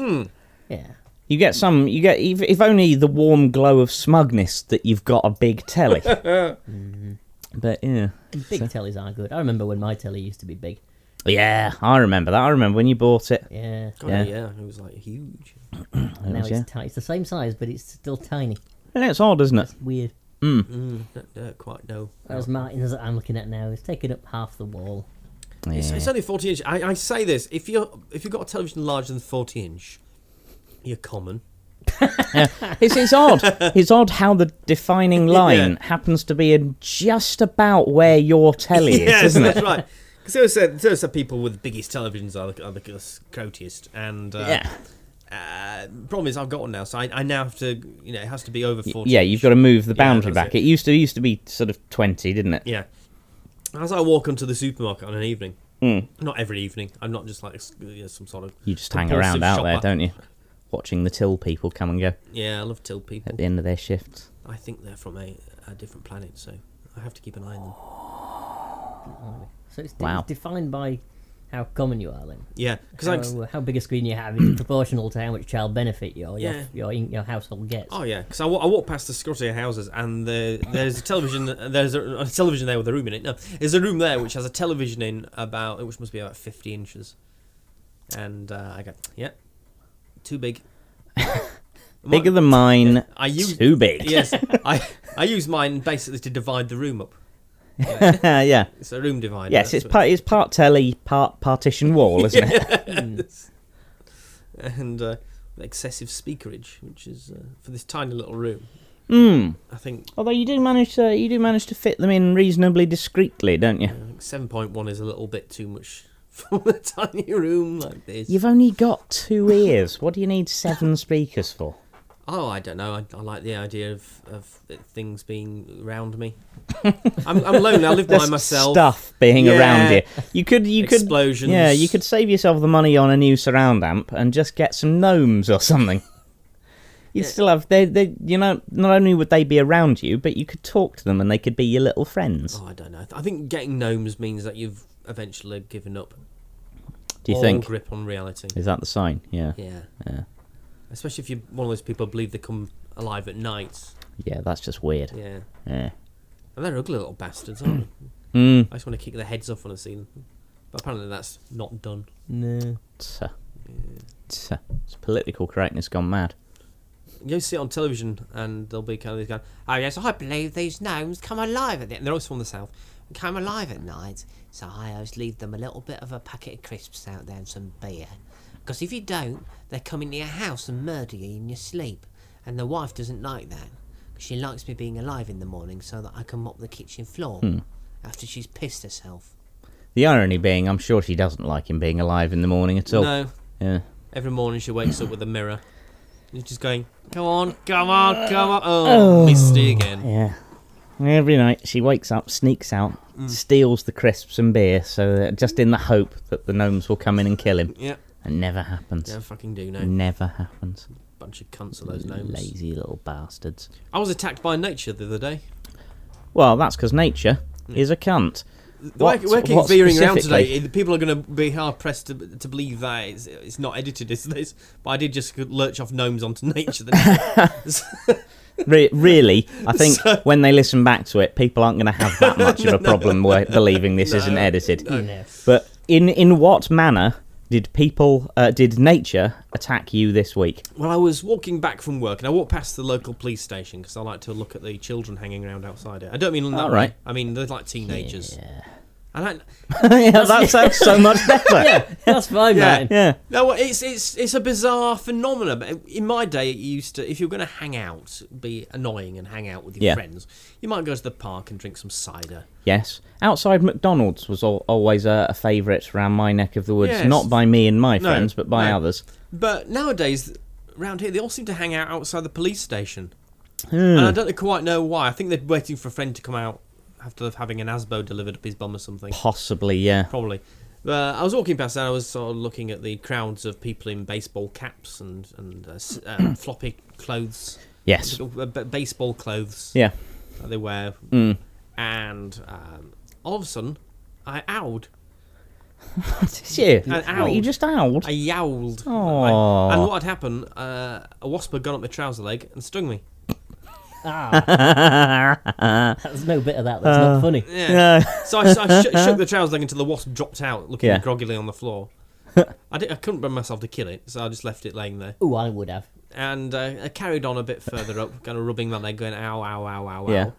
Speaker 4: yeah.
Speaker 2: You get some. You get if, if only the warm glow of smugness that you've got a big
Speaker 3: [LAUGHS]
Speaker 2: telly. Mm-hmm. But yeah,
Speaker 4: And Big tellies are good. I remember when my telly used to be big.
Speaker 2: yeah, I remember that. I remember when you bought it.
Speaker 4: Yeah.
Speaker 3: God,
Speaker 2: Yeah.
Speaker 3: yeah. it was like huge.
Speaker 4: And now
Speaker 2: was,
Speaker 4: it's,
Speaker 2: yeah.
Speaker 4: ti- it's the same size, but it's still tiny.
Speaker 2: And it's odd, isn't it?
Speaker 4: It's weird.
Speaker 3: Don't, don't quite
Speaker 2: Oh.
Speaker 3: know.
Speaker 4: Whereas Martin's that I'm looking at now is taking up half the wall.
Speaker 3: It's, it's only 40 inch. I, I say this if you're if you've got a television larger than 40 inch, you're common.
Speaker 2: It's, it's
Speaker 3: [LAUGHS]
Speaker 2: odd. It's odd how the defining line happens to be in just about where your telly
Speaker 3: [LAUGHS]
Speaker 2: is,
Speaker 3: yes,
Speaker 2: isn't it?
Speaker 3: that's right. Because those are, those are people with the biggest televisions are the, are the coatiest. And uh,
Speaker 2: Yeah.
Speaker 3: uh, problem is, I've got one now, so I, I now have to, you know, it has to be over 40.
Speaker 2: Yeah, you've got to move the
Speaker 3: Yeah,
Speaker 2: boundary
Speaker 3: that's
Speaker 2: back.
Speaker 3: it.
Speaker 2: It. used to it used to be sort of twenty, didn't it?
Speaker 3: Yeah. As I walk onto the supermarket on an evening, not every evening, I'm not just like you know, some sort of.
Speaker 2: Hmm. You just hang around
Speaker 3: compulsive
Speaker 2: out there,
Speaker 3: shopper.
Speaker 2: don't you? Watching the till people come and go
Speaker 3: Yeah, I love till people.
Speaker 2: at the end of their shifts.
Speaker 3: I think they're from a, a different planet, so I have to keep an eye on them.
Speaker 4: So it's,
Speaker 2: Wow.
Speaker 4: it's defined by how common you are then.
Speaker 3: Yeah, because I.
Speaker 4: How, how big a screen you have is proportional to how much child benefit your your,
Speaker 3: Yeah.
Speaker 4: your, in- your household gets.
Speaker 3: Oh yeah, because I, wa- I walk past the Scottish houses and the, there's a television. There's a, a television there with a room in it. No, there's a room there which has a television in about which must be about fifty inches, and uh, I go, yeah, too big.
Speaker 2: Bigger than mine.
Speaker 3: I use
Speaker 2: too big.
Speaker 3: Yes, I I use mine basically to divide the room up.
Speaker 2: [LAUGHS] yeah.
Speaker 3: It's a room divider.
Speaker 2: Yes,
Speaker 3: that's
Speaker 2: it's
Speaker 3: what-
Speaker 2: part, it's part telly, part partition wall,
Speaker 3: [LAUGHS]
Speaker 2: isn't it?
Speaker 3: and uh, excessive speakerage, which is uh, for this tiny little room. I think
Speaker 2: Hmm. Although you do manage to you do manage to fit them in reasonably discreetly, don't you?
Speaker 3: I think 7.1 is a little bit too much [LAUGHS] for a tiny room like this.
Speaker 2: You've only got two ears. What do you need seven speakers for?
Speaker 3: Oh, I don't know. I, I like the idea of, of things being around
Speaker 2: [LAUGHS]
Speaker 3: me. I'm, I'm lonely. I live by
Speaker 2: Just
Speaker 3: myself.
Speaker 2: Stuff being
Speaker 3: Yeah.
Speaker 2: around you. You could you could
Speaker 3: Explosions.
Speaker 2: Yeah, you could save yourself the money on a new surround amp and just get some gnomes or something. [LAUGHS] You'd still have they they you know not only would they be around you, but you could talk to them and they could be your little friends.
Speaker 3: Oh, I don't know. I think getting gnomes means that you've eventually given up
Speaker 2: do you
Speaker 3: all
Speaker 2: think?
Speaker 3: grip on reality.
Speaker 2: Is that the sign? Yeah.
Speaker 3: oh, Yeah.
Speaker 2: Yeah.
Speaker 3: Especially if you're one of those people who believe they come alive at night.
Speaker 2: Yeah, that's just weird.
Speaker 3: Yeah.
Speaker 2: Yeah.
Speaker 3: And they're ugly little bastards, aren't
Speaker 2: [CLEARS THROAT]
Speaker 3: they?
Speaker 2: Mm.
Speaker 3: I just want to kick their heads off when I see them. But apparently that's not done.
Speaker 4: No.
Speaker 2: Tsa. Tsa. It's political correctness gone mad.
Speaker 3: You see it on television, and there'll be kind of these guys. Oh yes, I believe these gnomes come alive at the. And they're always from the south. Come alive at night, so I always leave them a little bit of a packet of crisps out there and some beer. Because if you don't, they come into your house and murder you in your sleep. And the wife doesn't like that. 'cause She likes me being alive in the morning so that I can mop the kitchen floor after she's pissed herself.
Speaker 2: The irony being, I'm sure she doesn't like him being alive in the morning at all.
Speaker 3: No,
Speaker 2: Yeah.
Speaker 3: every morning she wakes up with a mirror. She's just going, come on, come on, come on. Oh, Misty again.
Speaker 2: Yeah. Every night she wakes up, sneaks out,
Speaker 3: Mm.
Speaker 2: steals the crisps and beer, so that, just in the hope that the gnomes will come in and kill him.
Speaker 3: Yep.
Speaker 2: And never happens.
Speaker 3: Don't fucking do no.
Speaker 2: Never happens.
Speaker 3: Bunch of cunts are those gnomes.
Speaker 2: Lazy little bastards.
Speaker 3: I was attacked by nature the other day.
Speaker 2: Well, that's because nature
Speaker 3: Hmm.
Speaker 2: is a cunt.
Speaker 3: The
Speaker 2: What-
Speaker 3: way we're keep
Speaker 2: what
Speaker 3: veering around
Speaker 2: specifically?
Speaker 3: today, the people are going to be hard pressed to, to believe that it's, it's not edited as this. But I did just lurch off gnomes onto [LAUGHS] nature. The
Speaker 2: Re- really,
Speaker 3: [LAUGHS]
Speaker 2: I think
Speaker 3: So-
Speaker 2: when they listen back to it, people aren't going to have that
Speaker 3: [LAUGHS]
Speaker 2: much of a problem wi- believing this isn't edited.
Speaker 4: No.
Speaker 2: But in in what manner did people uh, did nature attack you this week? [LAUGHS]
Speaker 3: well, I was walking back from work and I walked past the local police station because I like to look at the children hanging around outside it. I don't mean that
Speaker 2: All
Speaker 3: way.
Speaker 2: right.
Speaker 3: I mean they're like teenagers.
Speaker 2: Yeah.
Speaker 3: And I,
Speaker 2: yeah,
Speaker 3: [LAUGHS]
Speaker 2: that sounds so much better. yeah.
Speaker 4: That's fine,
Speaker 3: Yeah.
Speaker 4: man.
Speaker 2: yeah.
Speaker 3: No, well, it's it's it's a bizarre phenomenon. But In my day, it used to if you were going to hang out, be annoying and hang out with your
Speaker 2: Yeah.
Speaker 3: friends, you might go to the park and drink some cider.
Speaker 2: Yes. Outside McDonald's was al- always a, a favourite around my neck of the woods,
Speaker 3: Yes.
Speaker 2: not by me and my friends, but by
Speaker 3: no.
Speaker 2: others.
Speaker 3: But nowadays, round here, they all seem to hang out outside the police station, and I
Speaker 2: Hmm.
Speaker 3: don't quite know why. I think they're waiting for a friend to come out after having an asbo delivered up his bum or something.
Speaker 2: Possibly, yeah.
Speaker 3: probably. But I was walking past and I was sort of looking at the crowds of people in baseball caps and and uh, s-
Speaker 2: [CLEARS THROAT]
Speaker 3: uh, floppy clothes.
Speaker 2: Yes.
Speaker 3: Sort of, uh, b- baseball clothes.
Speaker 2: Yeah.
Speaker 3: that they wear.
Speaker 2: Mm.
Speaker 3: And um, all of a sudden, I owled.
Speaker 2: It's you.
Speaker 3: An
Speaker 2: What, You
Speaker 3: owl.
Speaker 2: just owled.
Speaker 3: I yowled.
Speaker 2: Aw.
Speaker 3: I- and what had happened, uh, a wasp had gone up my trouser leg and stung me.
Speaker 4: Ah. There's no bit of that that's
Speaker 2: Uh.
Speaker 4: not funny.
Speaker 3: Yeah. so I, I sh- shook the trouser leg until the wasp dropped out, looking
Speaker 2: Yeah.
Speaker 3: groggily on
Speaker 2: [LAUGHS]
Speaker 3: the floor. I, di- I couldn't bring myself to kill it, so I just left it laying there.
Speaker 4: Oh, I would have.
Speaker 3: And uh, I carried on a bit further up, kind of rubbing my leg, going ow, ow, ow, ow,
Speaker 2: Yeah.
Speaker 3: ow.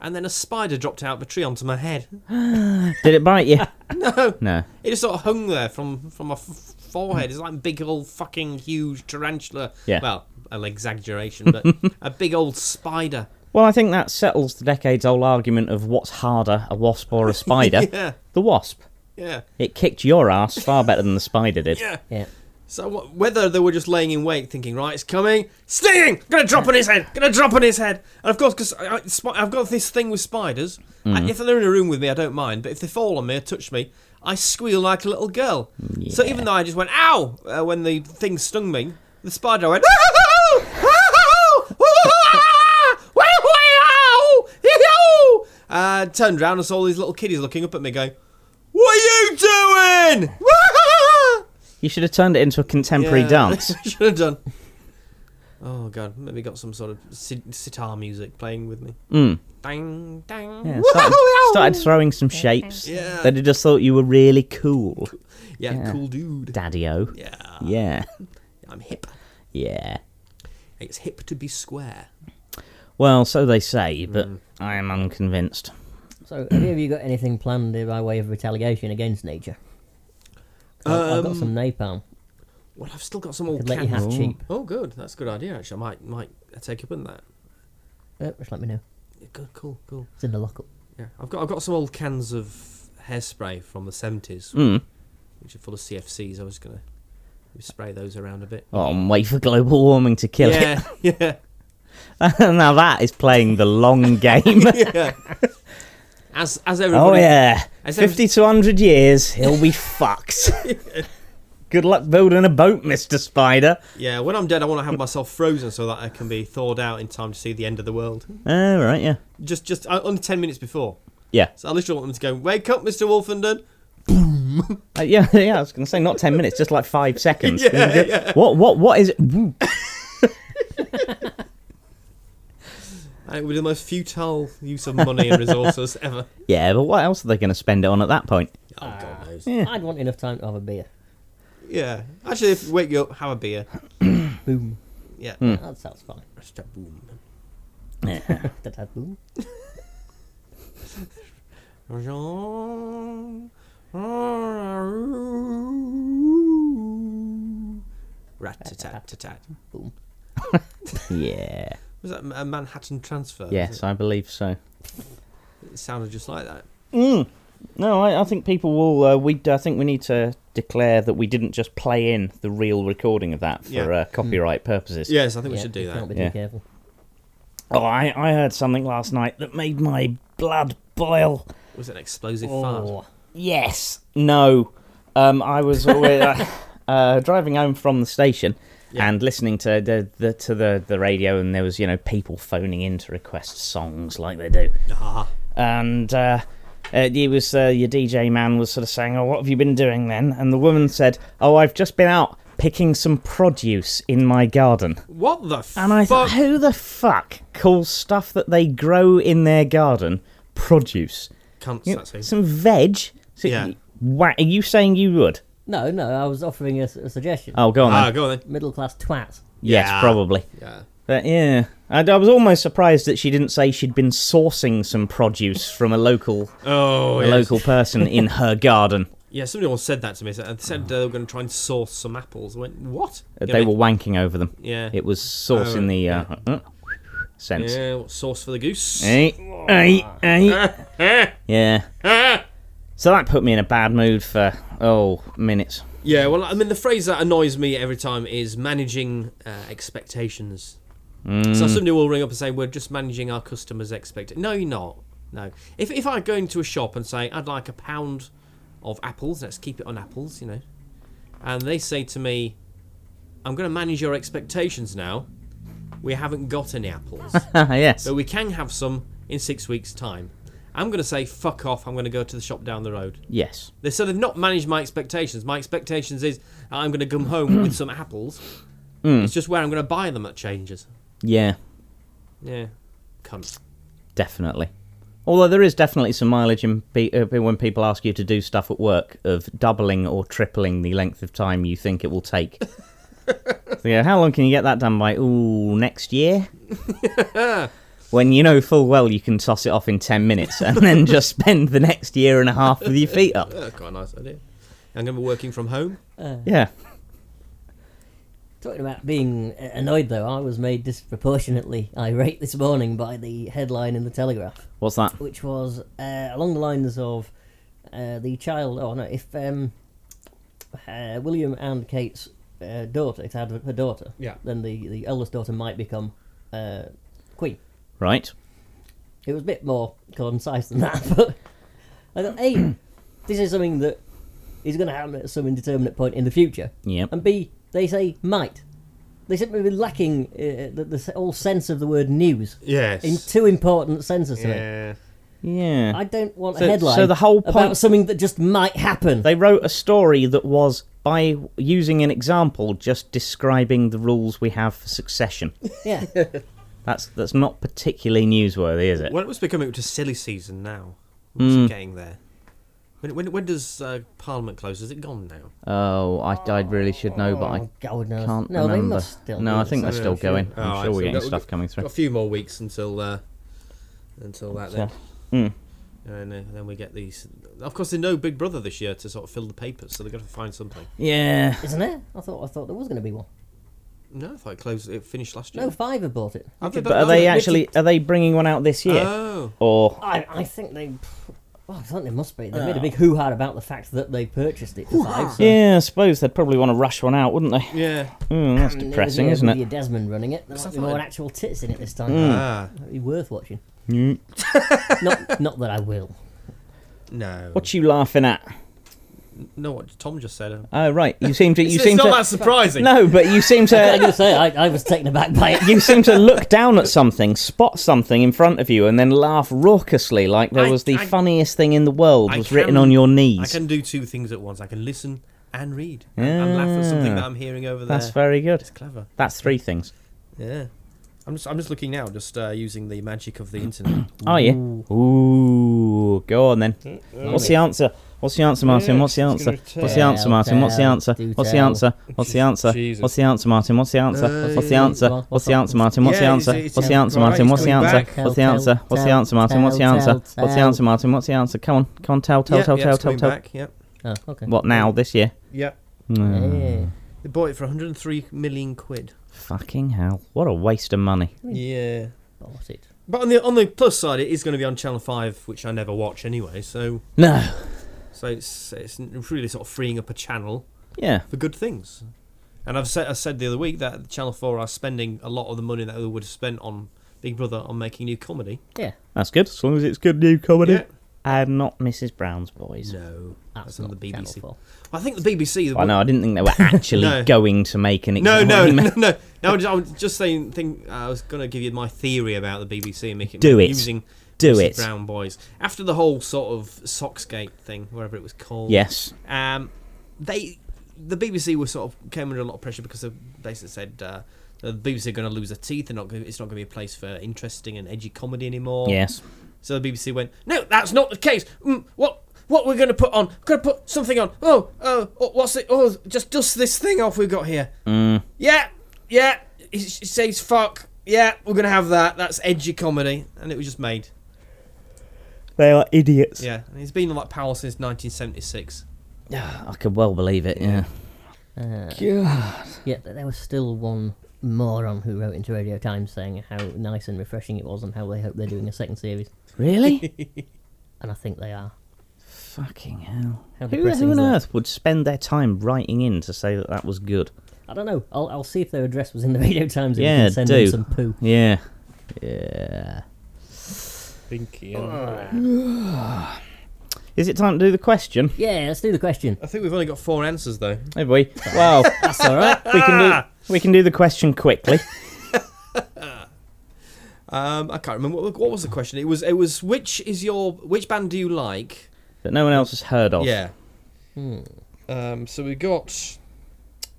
Speaker 3: And then a spider dropped out of a tree onto my head.
Speaker 2: Did it bite you?
Speaker 3: [LAUGHS] No.
Speaker 2: No.
Speaker 3: It just sort of hung there from from my f- forehead. It's like a big old fucking huge tarantula.
Speaker 2: Yeah.
Speaker 3: Well, an exaggeration, but a big old spider.
Speaker 2: Well, I think that settles the decades old argument of what's harder, a wasp or a spider.
Speaker 3: [LAUGHS] Yeah.
Speaker 2: The wasp.
Speaker 3: Yeah.
Speaker 2: It kicked your ass far better than the spider did.
Speaker 3: Yeah.
Speaker 4: Yeah.
Speaker 3: So wh- whether they were just laying in wait, thinking, right, it's coming, stinging, gonna drop on his head, gonna drop on his head, and of course, because I've got this thing with spiders. I, if they're in a room with me, I don't mind, but if they fall on me or touch me, I squeal like a little girl. So even though I just went ow uh, when the thing stung me, the spider went. [LAUGHS] Uh, turned round and saw all these little kiddies looking up at me, going, "What are you doing?" [LAUGHS]
Speaker 2: You should have turned it into a contemporary
Speaker 3: Yeah, [LAUGHS]
Speaker 2: dance.
Speaker 3: Should have done. Oh god, maybe got some sort of si- sitar music playing with me.
Speaker 2: Mm.
Speaker 3: Dang, dang.
Speaker 2: Yeah,
Speaker 3: Woo-hoo-hoo!
Speaker 2: started, started throwing some shapes.
Speaker 3: Yeah.
Speaker 2: They'd have just thought you were really cool,
Speaker 3: yeah,
Speaker 2: yeah.
Speaker 3: cool dude.
Speaker 2: Daddy O.
Speaker 3: Yeah,
Speaker 2: Yeah.
Speaker 3: I'm hip.
Speaker 2: Yeah.
Speaker 3: I It's hip to be square.
Speaker 2: Well, so they say, but
Speaker 3: Mm.
Speaker 2: I am unconvinced.
Speaker 4: So, have you, have you got anything planned by way of retaliation against nature? 'Cause I've,
Speaker 3: Um.
Speaker 4: I've got some napalm.
Speaker 3: Well, I've still got some old
Speaker 4: Could let you
Speaker 3: cans.
Speaker 4: have cheap.
Speaker 3: Oh, good. That's a good idea, actually. I might, might take you up on that.
Speaker 4: Uh, just let me know.
Speaker 3: Yeah, good, cool, cool.
Speaker 4: It's in the lockup.
Speaker 3: Yeah, I've got, I've got some old cans of hairspray from the seventies,
Speaker 2: Mm.
Speaker 3: which are full of CFCs. I was gonna spray those around a bit.
Speaker 2: Oh, and wait for global warming to kill
Speaker 3: yeah, [LAUGHS] yeah,
Speaker 2: it. [LAUGHS] now that is playing the
Speaker 3: [LAUGHS]
Speaker 2: long game.
Speaker 3: yeah. As as
Speaker 2: oh
Speaker 3: everybody,
Speaker 2: yeah,
Speaker 3: As every-
Speaker 2: fifty to hundred years, he'll be
Speaker 3: [LAUGHS]
Speaker 2: fucked. Good luck building a boat, Mister Spider.
Speaker 3: yeah. When I'm dead, I want to have myself frozen so that I can be thawed out in time to see the end of the world.
Speaker 2: Oh right, yeah,
Speaker 3: Just just uh, only ten minutes before.
Speaker 2: yeah,
Speaker 3: So I literally want them to go, "Wake up,
Speaker 2: [LAUGHS]
Speaker 3: Mister Wolfenden."
Speaker 2: Uh, yeah, [LAUGHS] yeah. I was going to say not ten minutes, just like five seconds.
Speaker 3: Yeah, yeah.
Speaker 2: What, what, what is? It?
Speaker 3: And it would be the most futile use of money and resources
Speaker 2: [LAUGHS]
Speaker 3: ever.
Speaker 2: Yeah, but what else are they going to spend it on at that point?
Speaker 3: Oh God knows.
Speaker 2: Yeah.
Speaker 4: I'd want enough time to have a beer.
Speaker 3: Yeah. Actually, if wake you up, have a beer.
Speaker 4: Boom.
Speaker 3: Yeah.
Speaker 2: Hmm.
Speaker 4: That sounds fine.
Speaker 3: Hashtag boom.
Speaker 4: Da-da, boom.
Speaker 3: Rat-a-tat-tat-tat.
Speaker 2: Yeah.
Speaker 3: Was that a Manhattan transfer?
Speaker 2: Yes, I believe so.
Speaker 3: It sounded just like that.
Speaker 2: No, I, I think people will. Uh, we I think we need to declare that we didn't just play in the real recording of that for
Speaker 3: Yeah.
Speaker 2: uh, copyright purposes.
Speaker 3: Yes, I think
Speaker 4: Yeah,
Speaker 3: we should do
Speaker 4: you Can't
Speaker 3: that.
Speaker 4: be too
Speaker 2: Yeah.
Speaker 4: careful.
Speaker 2: Oh, I, I heard something last night that made my blood boil.
Speaker 3: Was it an explosive fart?
Speaker 4: Oh,
Speaker 2: Yes. No. Um, I was
Speaker 3: [LAUGHS]
Speaker 2: uh, uh, driving home from the station
Speaker 3: Yeah.
Speaker 2: and listening to the, the to the, the radio, and there was you know people phoning in to request songs like they do.
Speaker 3: Ah,
Speaker 2: and uh, uh, he was uh, your DJ man was sort of saying, "Oh, what have you been doing then?" And the woman said, "Oh, I've just been out picking some produce in my garden."
Speaker 3: what the
Speaker 2: And I thought,
Speaker 3: fuck?
Speaker 2: "Who the fuck calls stuff that they grow in their garden produce?
Speaker 3: Cunts,
Speaker 2: You-
Speaker 3: that's who.
Speaker 2: some veg." So
Speaker 3: Yeah.
Speaker 2: wha- are you saying you would?
Speaker 4: No, no, I was offering a, s- a suggestion.
Speaker 2: Oh, go on.
Speaker 3: Ah,
Speaker 2: then.
Speaker 3: go on then.
Speaker 4: Middle class twat.
Speaker 2: Yes,
Speaker 3: Yeah.
Speaker 2: probably.
Speaker 3: Yeah.
Speaker 2: But yeah, I, I was almost surprised that she didn't say she'd been sourcing some produce from a local
Speaker 3: Oh,
Speaker 2: a
Speaker 3: yes.
Speaker 2: local person
Speaker 3: [LAUGHS]
Speaker 2: in her garden.
Speaker 3: Yeah, somebody once said that to me. so- They said uh, they were going to try and source some apples. I went, what?
Speaker 2: Uh,
Speaker 3: Yeah,
Speaker 2: they
Speaker 3: mate.
Speaker 2: were wanking over them.
Speaker 3: Yeah.
Speaker 2: It was sauce
Speaker 3: Oh,
Speaker 2: in the uh, uh, sense.
Speaker 3: Yeah, what, sauce for the goose?
Speaker 2: Eh, eh,
Speaker 3: [LAUGHS]
Speaker 2: eh. yeah. So that put me in a bad mood for oh minutes. [LAUGHS]
Speaker 3: Yeah, well, I mean, the phrase that annoys me every time is managing uh, expectations. So somebody will ring up and say, "We're just managing our customers' expectations." No, you're not. No. If if I go into a shop and say, "I'd like a pound of apples," let's keep it on apples, you know, and they say to me, "I'm going to manage your expectations now. We haven't got any apples."
Speaker 2: yes.
Speaker 3: but we can have some in six weeks' time. I'm going to say, fuck off, I'm going to go to the shop down the road.
Speaker 2: Yes.
Speaker 3: They said they've not managed my expectations. My expectations is I'm going to come home with some apples. It's just where I'm going to buy them that changes.
Speaker 2: Yeah.
Speaker 3: Yeah. Cunt.
Speaker 2: Definitely. Although there is definitely some mileage in pe- uh, when people ask you to do stuff at work of doubling or tripling the length of time you think it will take. so, yeah, how long can you get that done by? Ooh, next year. [LAUGHS] when you know full well you can toss it off in ten minutes and then just spend the next year and a half with your feet up.
Speaker 3: Oh, That's quite a nice idea. I'm going to be working from home.
Speaker 2: Yeah.
Speaker 4: Talking about being uh, annoyed, though, I was made disproportionately irate this morning by the headline in the Telegraph,
Speaker 2: What's that?
Speaker 4: which was uh, along the lines of uh, the child. Oh no, if um, uh, William and Kate's uh, daughter, if they had a daughter,
Speaker 3: Yeah.
Speaker 4: then the the eldest daughter might become uh, queen.
Speaker 2: Right.
Speaker 4: It was a bit more concise than that, [LAUGHS] but I
Speaker 2: [CLEARS THROAT]
Speaker 4: thought, A, this is something that is going to happen at some indeterminate point in the future.
Speaker 2: Yep.
Speaker 4: And B, they say might. They seem to be lacking uh, the, the s- all sense of the word news
Speaker 3: Yes.
Speaker 4: in two important senses to me.
Speaker 3: yeah.
Speaker 2: Yeah.
Speaker 4: I don't want
Speaker 2: So-
Speaker 4: a headline
Speaker 2: so the whole
Speaker 4: about
Speaker 2: point-
Speaker 4: something that just might happen.
Speaker 2: They wrote a story that was, by using an example, just describing the rules we have for succession. [LAUGHS]
Speaker 4: yeah.
Speaker 2: That's that's not particularly newsworthy, is it?
Speaker 3: Well, it was becoming to silly season now. It's getting there. When, when, when does uh, Parliament close? Is it gone now?
Speaker 2: Oh, I, I really should know, but I
Speaker 4: Oh, God knows.
Speaker 2: can't
Speaker 4: no,
Speaker 2: remember.
Speaker 4: they must still.
Speaker 2: no,
Speaker 4: do
Speaker 2: I think they're
Speaker 4: this.
Speaker 2: still going. I'm
Speaker 3: All right,
Speaker 2: sure
Speaker 3: so
Speaker 2: we're getting
Speaker 3: we've got-
Speaker 2: stuff coming
Speaker 3: Got
Speaker 2: through.
Speaker 3: a few more weeks until uh, until that then. And uh, then we get these. Of course, there's no Big Brother this year to sort of fill the papers, so they've got to find something.
Speaker 2: Yeah.
Speaker 4: Isn't it? I thought I thought there was going to be one.
Speaker 3: No, I thought it closed. It finished last year.
Speaker 4: No, Fiverr bought it.
Speaker 3: Have they
Speaker 2: But
Speaker 3: done-
Speaker 2: are they
Speaker 3: no,
Speaker 2: actually are they bringing one out this year?
Speaker 3: Oh,
Speaker 2: or
Speaker 4: I, I think they. Well, I think they must be. They made a big hoo ha about the fact that they purchased it for
Speaker 3: Ah.
Speaker 4: five. So.
Speaker 2: yeah, I suppose they'd probably want to rush one out, wouldn't they?
Speaker 3: yeah.
Speaker 2: Mm, that's
Speaker 4: And
Speaker 2: depressing,
Speaker 4: with
Speaker 2: isn't
Speaker 4: your-
Speaker 2: it?
Speaker 4: with Your Desmond running it. There might be
Speaker 3: I thought
Speaker 4: more
Speaker 3: it-
Speaker 4: actual tits in it this time.
Speaker 2: Hmm.
Speaker 3: Ah,
Speaker 4: That'd be worth watching.
Speaker 2: Mm.
Speaker 4: not, not that I will. [LAUGHS]
Speaker 3: no.
Speaker 2: What you laughing at?
Speaker 3: No, what Tom just said. um,
Speaker 2: Oh, right. You seem to. You
Speaker 3: [LAUGHS] it's
Speaker 2: seem
Speaker 3: it's
Speaker 2: to.
Speaker 3: not that surprising.
Speaker 2: No, but you seem
Speaker 3: [LAUGHS]
Speaker 4: I'm
Speaker 2: to.
Speaker 4: going to say I, I was taken aback
Speaker 2: [LAUGHS]
Speaker 4: by it.
Speaker 2: You seem to look down at something, spot something in front of you, and then laugh raucously like there
Speaker 3: I-
Speaker 2: was the
Speaker 3: I-
Speaker 2: funniest thing in the world
Speaker 3: I
Speaker 2: was written
Speaker 3: can-
Speaker 2: on your
Speaker 3: I
Speaker 2: knees.
Speaker 3: can do two things at once. I can listen and read and, and laugh at something
Speaker 2: Ah.
Speaker 3: that I'm hearing over there.
Speaker 2: That's very good.
Speaker 3: It's clever.
Speaker 2: That's three things.
Speaker 3: Yeah. I'm just I'm just looking now, just uh, using the magic of
Speaker 2: [CLEARS THROAT]
Speaker 3: the internet.
Speaker 2: Are you? Ooh, go on then. What's the answer? What's the answer, Martin? What's the answer? What's the
Speaker 4: tell.
Speaker 2: answer, Martin? What's the
Speaker 4: Tell,
Speaker 2: answer?
Speaker 4: do
Speaker 2: What's the
Speaker 4: tell.
Speaker 2: answer? What's the answer?
Speaker 3: Jesus.
Speaker 2: What's the answer, Martin? What's the answer?
Speaker 3: Uh,
Speaker 2: What's the answer?
Speaker 4: what's
Speaker 2: What's
Speaker 4: up?
Speaker 2: the answer, Martin? What's the
Speaker 3: Yeah,
Speaker 2: answer?
Speaker 3: it's- it's-
Speaker 2: What's the
Speaker 3: it's
Speaker 2: answer,
Speaker 3: all right,
Speaker 2: Martin?
Speaker 3: it's
Speaker 2: What's the
Speaker 3: coming
Speaker 2: answer?
Speaker 3: back.
Speaker 2: What's the
Speaker 4: Tell,
Speaker 2: answer?
Speaker 4: tell,
Speaker 2: What's the answer, Martin? What's the
Speaker 4: tell,
Speaker 2: answer?
Speaker 4: tell,
Speaker 2: What's the
Speaker 4: tell.
Speaker 2: answer, Martin? What's the answer? Come on, come on, tell, tell,
Speaker 3: yeah,
Speaker 2: tell,
Speaker 3: yeah,
Speaker 2: tell,
Speaker 3: it's
Speaker 2: tell,
Speaker 3: coming
Speaker 2: tell.
Speaker 3: back. Yep.
Speaker 4: Oh, okay.
Speaker 2: What Mm. now? This year?
Speaker 3: Yep.
Speaker 4: Yeah.
Speaker 3: They bought it for 103 million quid.
Speaker 2: Fucking hell! What a waste of money.
Speaker 3: Yeah.
Speaker 4: Bought it.
Speaker 3: But on the on the plus side, it is going to be on Channel Five, which I never watch anyway. So
Speaker 2: No.
Speaker 3: so it's it's really sort of freeing up a channel
Speaker 2: Yeah.
Speaker 3: for good things. And I've said I said the other week that Channel Four are spending a lot of the money that they would have spent on Big Brother on making new comedy.
Speaker 4: Yeah.
Speaker 2: That's good. As long as it's good new comedy. And not Mrs. Brown's Boys.
Speaker 3: No, that's,
Speaker 4: That's
Speaker 3: on
Speaker 4: not
Speaker 3: the
Speaker 4: Channel
Speaker 3: BBC.
Speaker 4: four.
Speaker 3: I think the BBC. the
Speaker 2: Well, no, I didn't think they [LAUGHS] were actually
Speaker 3: No.
Speaker 2: going to make an. [LAUGHS]
Speaker 3: No,
Speaker 2: exam-
Speaker 3: no, no, no. no I'm just, I'm just saying. Think I was going to give you my theory about the BBC and making
Speaker 2: Do it.
Speaker 3: using
Speaker 2: Do
Speaker 3: Mrs.
Speaker 2: it.
Speaker 3: Brown Boys after the whole sort of Soxgate thing, wherever it was called.
Speaker 2: Yes.
Speaker 3: Um, they, the BBC was sort of came under a lot of pressure because they basically said uh, the BBC are going to lose their teeth. They're not. Gonna, it's not going to be a place for interesting and edgy comedy anymore.
Speaker 2: Yes.
Speaker 3: So the BBC went, no, that's not the case. Mm, what what we're going to put on? Going to put something on? Oh, oh, oh, what's it? Oh, just dust this thing off we've got here.
Speaker 2: Mm.
Speaker 3: Yeah, yeah. It says fuck. Yeah, we're going to have that. That's edgy comedy, and it was just made.
Speaker 2: They are idiots.
Speaker 3: Yeah, and it's been on that power since 1976.
Speaker 2: I could well believe it. Yeah.
Speaker 4: Uh, Yeah, but there was still one moron who wrote into Radio Times saying how nice and refreshing it was and how they hope they're doing a second series.
Speaker 2: [LAUGHS] Really?
Speaker 4: And I think they are.
Speaker 2: Fucking hell.
Speaker 4: How
Speaker 2: Who,
Speaker 4: depressing
Speaker 2: who on
Speaker 4: is that?
Speaker 2: earth would spend their time writing in to say that that was good?
Speaker 4: I don't know. I'll, I'll see if their address was in the [LAUGHS] Radio Times and we
Speaker 2: Yeah,
Speaker 4: can send
Speaker 2: do.
Speaker 4: them some poo.
Speaker 2: Yeah. Yeah.
Speaker 6: Binky.
Speaker 3: Oh.
Speaker 2: Is it time to do the question?
Speaker 4: Yeah, let's do the question.
Speaker 3: I think we've only got four answers though.
Speaker 2: Have we? [LAUGHS] Well,
Speaker 4: That's all right.
Speaker 2: we can [LAUGHS] do we can do the question quickly.
Speaker 3: Um, I can't remember what, what was the question. It was it was which is your which band do you like?
Speaker 2: that no one else has heard of.
Speaker 3: Yeah. Um, so we got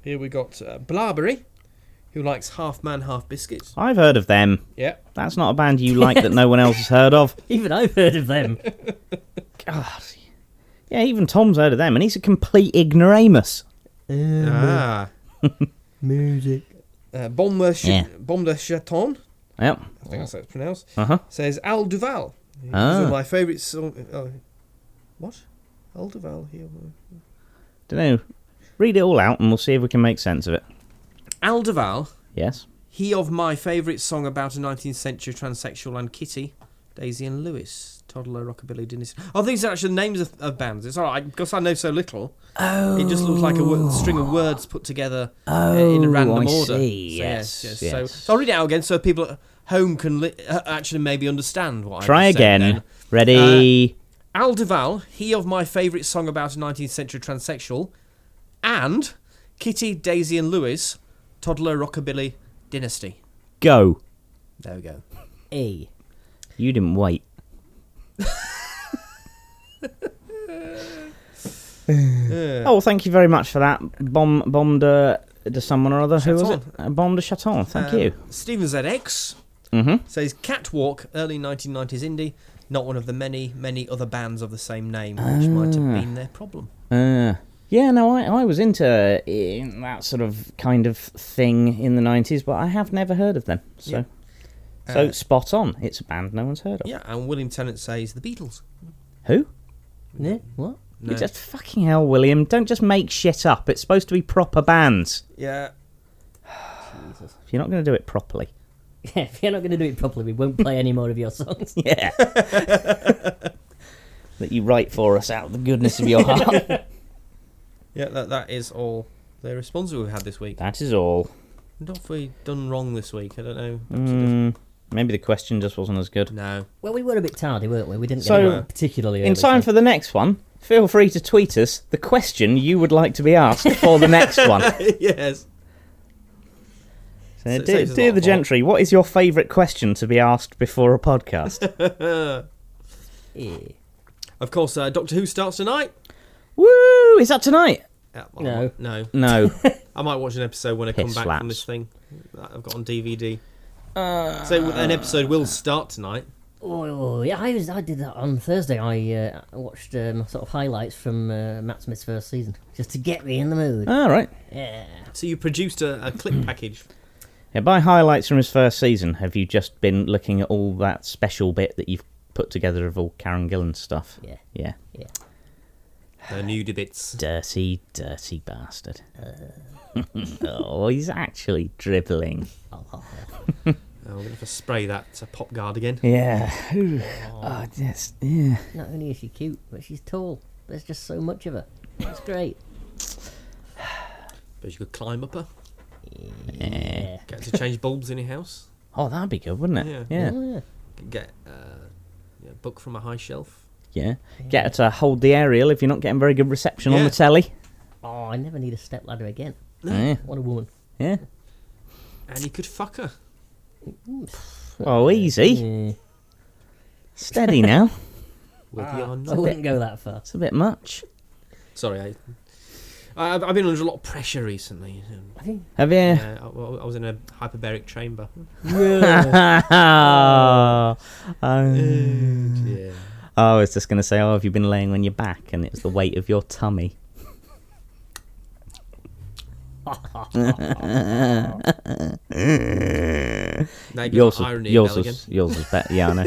Speaker 3: here we got uh, Blarberry, who likes half man half biscuits.
Speaker 2: I've heard of them.
Speaker 3: Yeah.
Speaker 2: That's not a band you like that no one else has heard of.
Speaker 4: Even I've heard
Speaker 2: [LAUGHS]
Speaker 4: of them.
Speaker 2: God. Yeah, even Tom's heard of them, and he's a complete ignoramus.
Speaker 3: Ah.
Speaker 4: Music.
Speaker 3: Uh, Bomber Ch-
Speaker 2: Yeah.
Speaker 3: Bomber Chaton,
Speaker 2: Yep.
Speaker 3: I think that's how it's pronounced.
Speaker 2: Uh huh.
Speaker 3: Says Al Duval. He's
Speaker 2: Ah.
Speaker 3: one of my favourite song. Oh, what? Al Duval here.
Speaker 2: Don't know. Read it all out, and we'll see if we can make sense of it.
Speaker 3: Al Duval.
Speaker 2: Yes.
Speaker 3: He of my favourite song about a 19th century transsexual and kitty, Daisy and Lewis, toddler rockabilly dynasty. Oh, these are actually the names of, of bands. It's all right because I know so little. Oh, it just looks like a wo- string of words put together uh, in a
Speaker 2: Oh,
Speaker 3: random
Speaker 2: I
Speaker 3: order.
Speaker 2: see.
Speaker 3: So,
Speaker 2: Yes,
Speaker 3: So,
Speaker 2: yes.
Speaker 3: so I'll read it out again so people at home can li- uh, actually maybe understand what. I
Speaker 2: Try
Speaker 3: just said
Speaker 2: again.
Speaker 3: then. Uh,
Speaker 2: Ready?
Speaker 3: Al Duval, he of my favourite song about a 19th century transsexual, and Kitty, Daisy and Lewis, toddler rockabilly dynasty.
Speaker 2: go.
Speaker 3: There we go.
Speaker 4: E.
Speaker 2: You didn't
Speaker 3: [LAUGHS]
Speaker 2: wait. oh, well, thank you very much for that. Bomb, bomb de, de someone or other. Who was it?
Speaker 3: Chaton. Um,
Speaker 2: Uh, bomb de Chaton. Thank you.
Speaker 3: Steven ZX
Speaker 2: Mhm.
Speaker 3: says Catwalk, early 1990s indie, not one of the many, many other bands of the same name, which might have
Speaker 2: Ah.
Speaker 3: been their problem.
Speaker 2: Uh, yeah, no, I, I was into uh, that sort of kind of thing in the 90s, but I have never heard of them. So, so
Speaker 3: Uh,
Speaker 2: spot on. It's a band no one's heard of.
Speaker 3: Yeah, and William Tennant says the Beatles.
Speaker 2: Who?
Speaker 4: Yeah, what?
Speaker 3: No.
Speaker 2: You just fucking hell, William. Don't just make shit up. It's supposed to be proper bands.
Speaker 3: Yeah.
Speaker 4: Jesus.
Speaker 2: If you're not going to do it properly.
Speaker 4: Yeah, if you're not going to do it properly, we won't play any more of
Speaker 2: [LAUGHS]
Speaker 4: your songs.
Speaker 3: [LAUGHS]
Speaker 2: Yeah. that you write for us out of the goodness of your
Speaker 3: [LAUGHS]
Speaker 2: heart.
Speaker 3: Yeah, that, that is all the response we've had this week.
Speaker 2: that is all.
Speaker 3: Not if we done wrong this week, I don't know. Perhaps it doesn't-
Speaker 2: Mm, maybe the question just wasn't as good.
Speaker 3: No. [LAUGHS]
Speaker 4: Well, we were a bit tardy, weren't we? We didn't get
Speaker 2: So,
Speaker 4: it particularly
Speaker 2: In
Speaker 4: early,
Speaker 2: time
Speaker 4: so-
Speaker 2: for the next one, feel free to tweet us the question you would like to be asked for the
Speaker 3: [LAUGHS]
Speaker 2: next one.
Speaker 3: yes.
Speaker 2: So,
Speaker 3: So-
Speaker 2: dear,
Speaker 3: saves us a lot
Speaker 2: dear
Speaker 3: of
Speaker 2: the
Speaker 3: work.
Speaker 2: gentry, what is your favourite question to be asked before a
Speaker 3: [LAUGHS]
Speaker 2: podcast?
Speaker 4: Yeah.
Speaker 3: Of course, uh, Doctor Who starts tonight.
Speaker 2: Woo! Is that tonight?
Speaker 3: Uh,
Speaker 4: No.
Speaker 3: No.
Speaker 2: No. [LAUGHS]
Speaker 3: I might watch an episode when I come
Speaker 2: Piss
Speaker 3: back from this
Speaker 2: slaps. Uh,
Speaker 3: thing that I've got on DVD. so an episode will start tonight.
Speaker 4: Oh yeah, I was. I did that on Thursday. I uh, watched um, sort of highlights from uh, Matt Smith's first season just to get me in the mood.
Speaker 2: All right.
Speaker 4: Yeah.
Speaker 3: So you produced a, a clip [CLEARS THROAT] package.
Speaker 2: Yeah, by highlights from his first season, have you just been looking at all that special bit that you've put together of all Karen Gillan stuff?
Speaker 4: Yeah.
Speaker 2: Yeah.
Speaker 3: The nude bits.
Speaker 2: Dirty, dirty bastard.
Speaker 3: Uh.
Speaker 2: [LAUGHS] oh, he's actually dribbling.
Speaker 4: Oh, oh, oh.
Speaker 3: Oh, we're gonna have to spray that to pop guard again.
Speaker 2: Yeah. Ooh. Oh, yes. Yeah.
Speaker 4: Not only is she cute, but she's tall. There's just so much of her. That's great.
Speaker 3: But you could climb up her.
Speaker 4: Yeah.
Speaker 3: Get to change bulbs in your house.
Speaker 2: Oh, that'd be good, wouldn't it?
Speaker 3: Yeah.
Speaker 2: Yeah.
Speaker 4: Oh, yeah.
Speaker 3: Get uh, yeah, a book from a high shelf.
Speaker 2: Yeah. Get her to hold the aerial if you're not getting very good reception on
Speaker 3: Yeah.
Speaker 2: the telly.
Speaker 4: Oh, I never need a stepladder again.
Speaker 2: Yeah.
Speaker 4: What a woman.
Speaker 2: Yeah.
Speaker 3: And you could fuck her.
Speaker 2: Oh, easy.
Speaker 4: Yeah.
Speaker 2: Steady now.
Speaker 3: With your
Speaker 4: I
Speaker 3: knob.
Speaker 4: wouldn't go that
Speaker 2: [LAUGHS]
Speaker 4: far. [LAUGHS]
Speaker 2: It's a bit much.
Speaker 3: Sorry, I, I, I've- I've been under a lot of pressure recently. Um,
Speaker 2: Have you?
Speaker 3: uh, I, I was in a hyperbaric [LAUGHS] chamber.
Speaker 2: [LAUGHS] oh,
Speaker 3: Yeah.
Speaker 2: I was just going to say, oh, have you been laying on your back? And it's the weight of your tummy.
Speaker 3: Now you've got
Speaker 2: Yours, was,
Speaker 3: irony
Speaker 2: yours,
Speaker 3: now again.
Speaker 2: was, yours was better. Yeah, I know.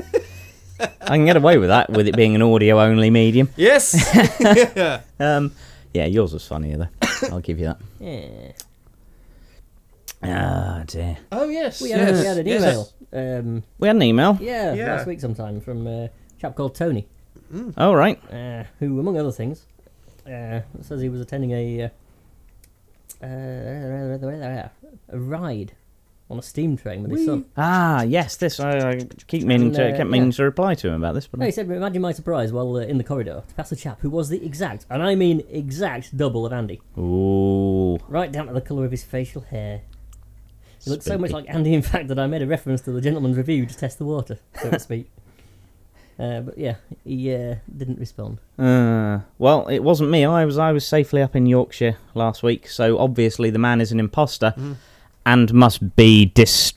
Speaker 2: I can get away with that with it being an audio only medium.
Speaker 3: Yes.
Speaker 2: [LAUGHS]
Speaker 3: [LAUGHS]
Speaker 2: Um, yeah, yours was funnier though. I'll give you that.
Speaker 4: Yeah.
Speaker 2: Oh dear.
Speaker 3: oh yes.
Speaker 4: We had,
Speaker 3: yes.
Speaker 4: we had an
Speaker 3: yes.
Speaker 4: email. Um,
Speaker 2: We had an email.
Speaker 4: yeah,
Speaker 3: Yeah.
Speaker 4: last week sometime from uh, a chap called Tony.
Speaker 2: All right.
Speaker 4: uh, who, among other things, uh, says he was attending a, uh, uh, a ride on a steam train with his son.
Speaker 2: Ah, yes. This I, I keep meaning to
Speaker 4: uh,
Speaker 2: kept meaning
Speaker 4: yeah.
Speaker 2: to reply to him about this, but
Speaker 4: No, he said, imagine my surprise while uh, in the corridor to pass a chap who was the exact, and I mean exact, double of Andy,
Speaker 2: ooh,
Speaker 4: right down to the colour of his facial hair. He looked so much
Speaker 2: Spooky.
Speaker 4: like Andy, in fact, that I made a reference to the gentleman's review to test the water, so
Speaker 2: [LAUGHS]
Speaker 4: to speak. Uh, but yeah, he uh, didn't respond.
Speaker 2: Uh, well, it wasn't me. I was I was safely up in Yorkshire last week, so obviously the man is an imposter
Speaker 3: Mm-hmm.
Speaker 2: and must be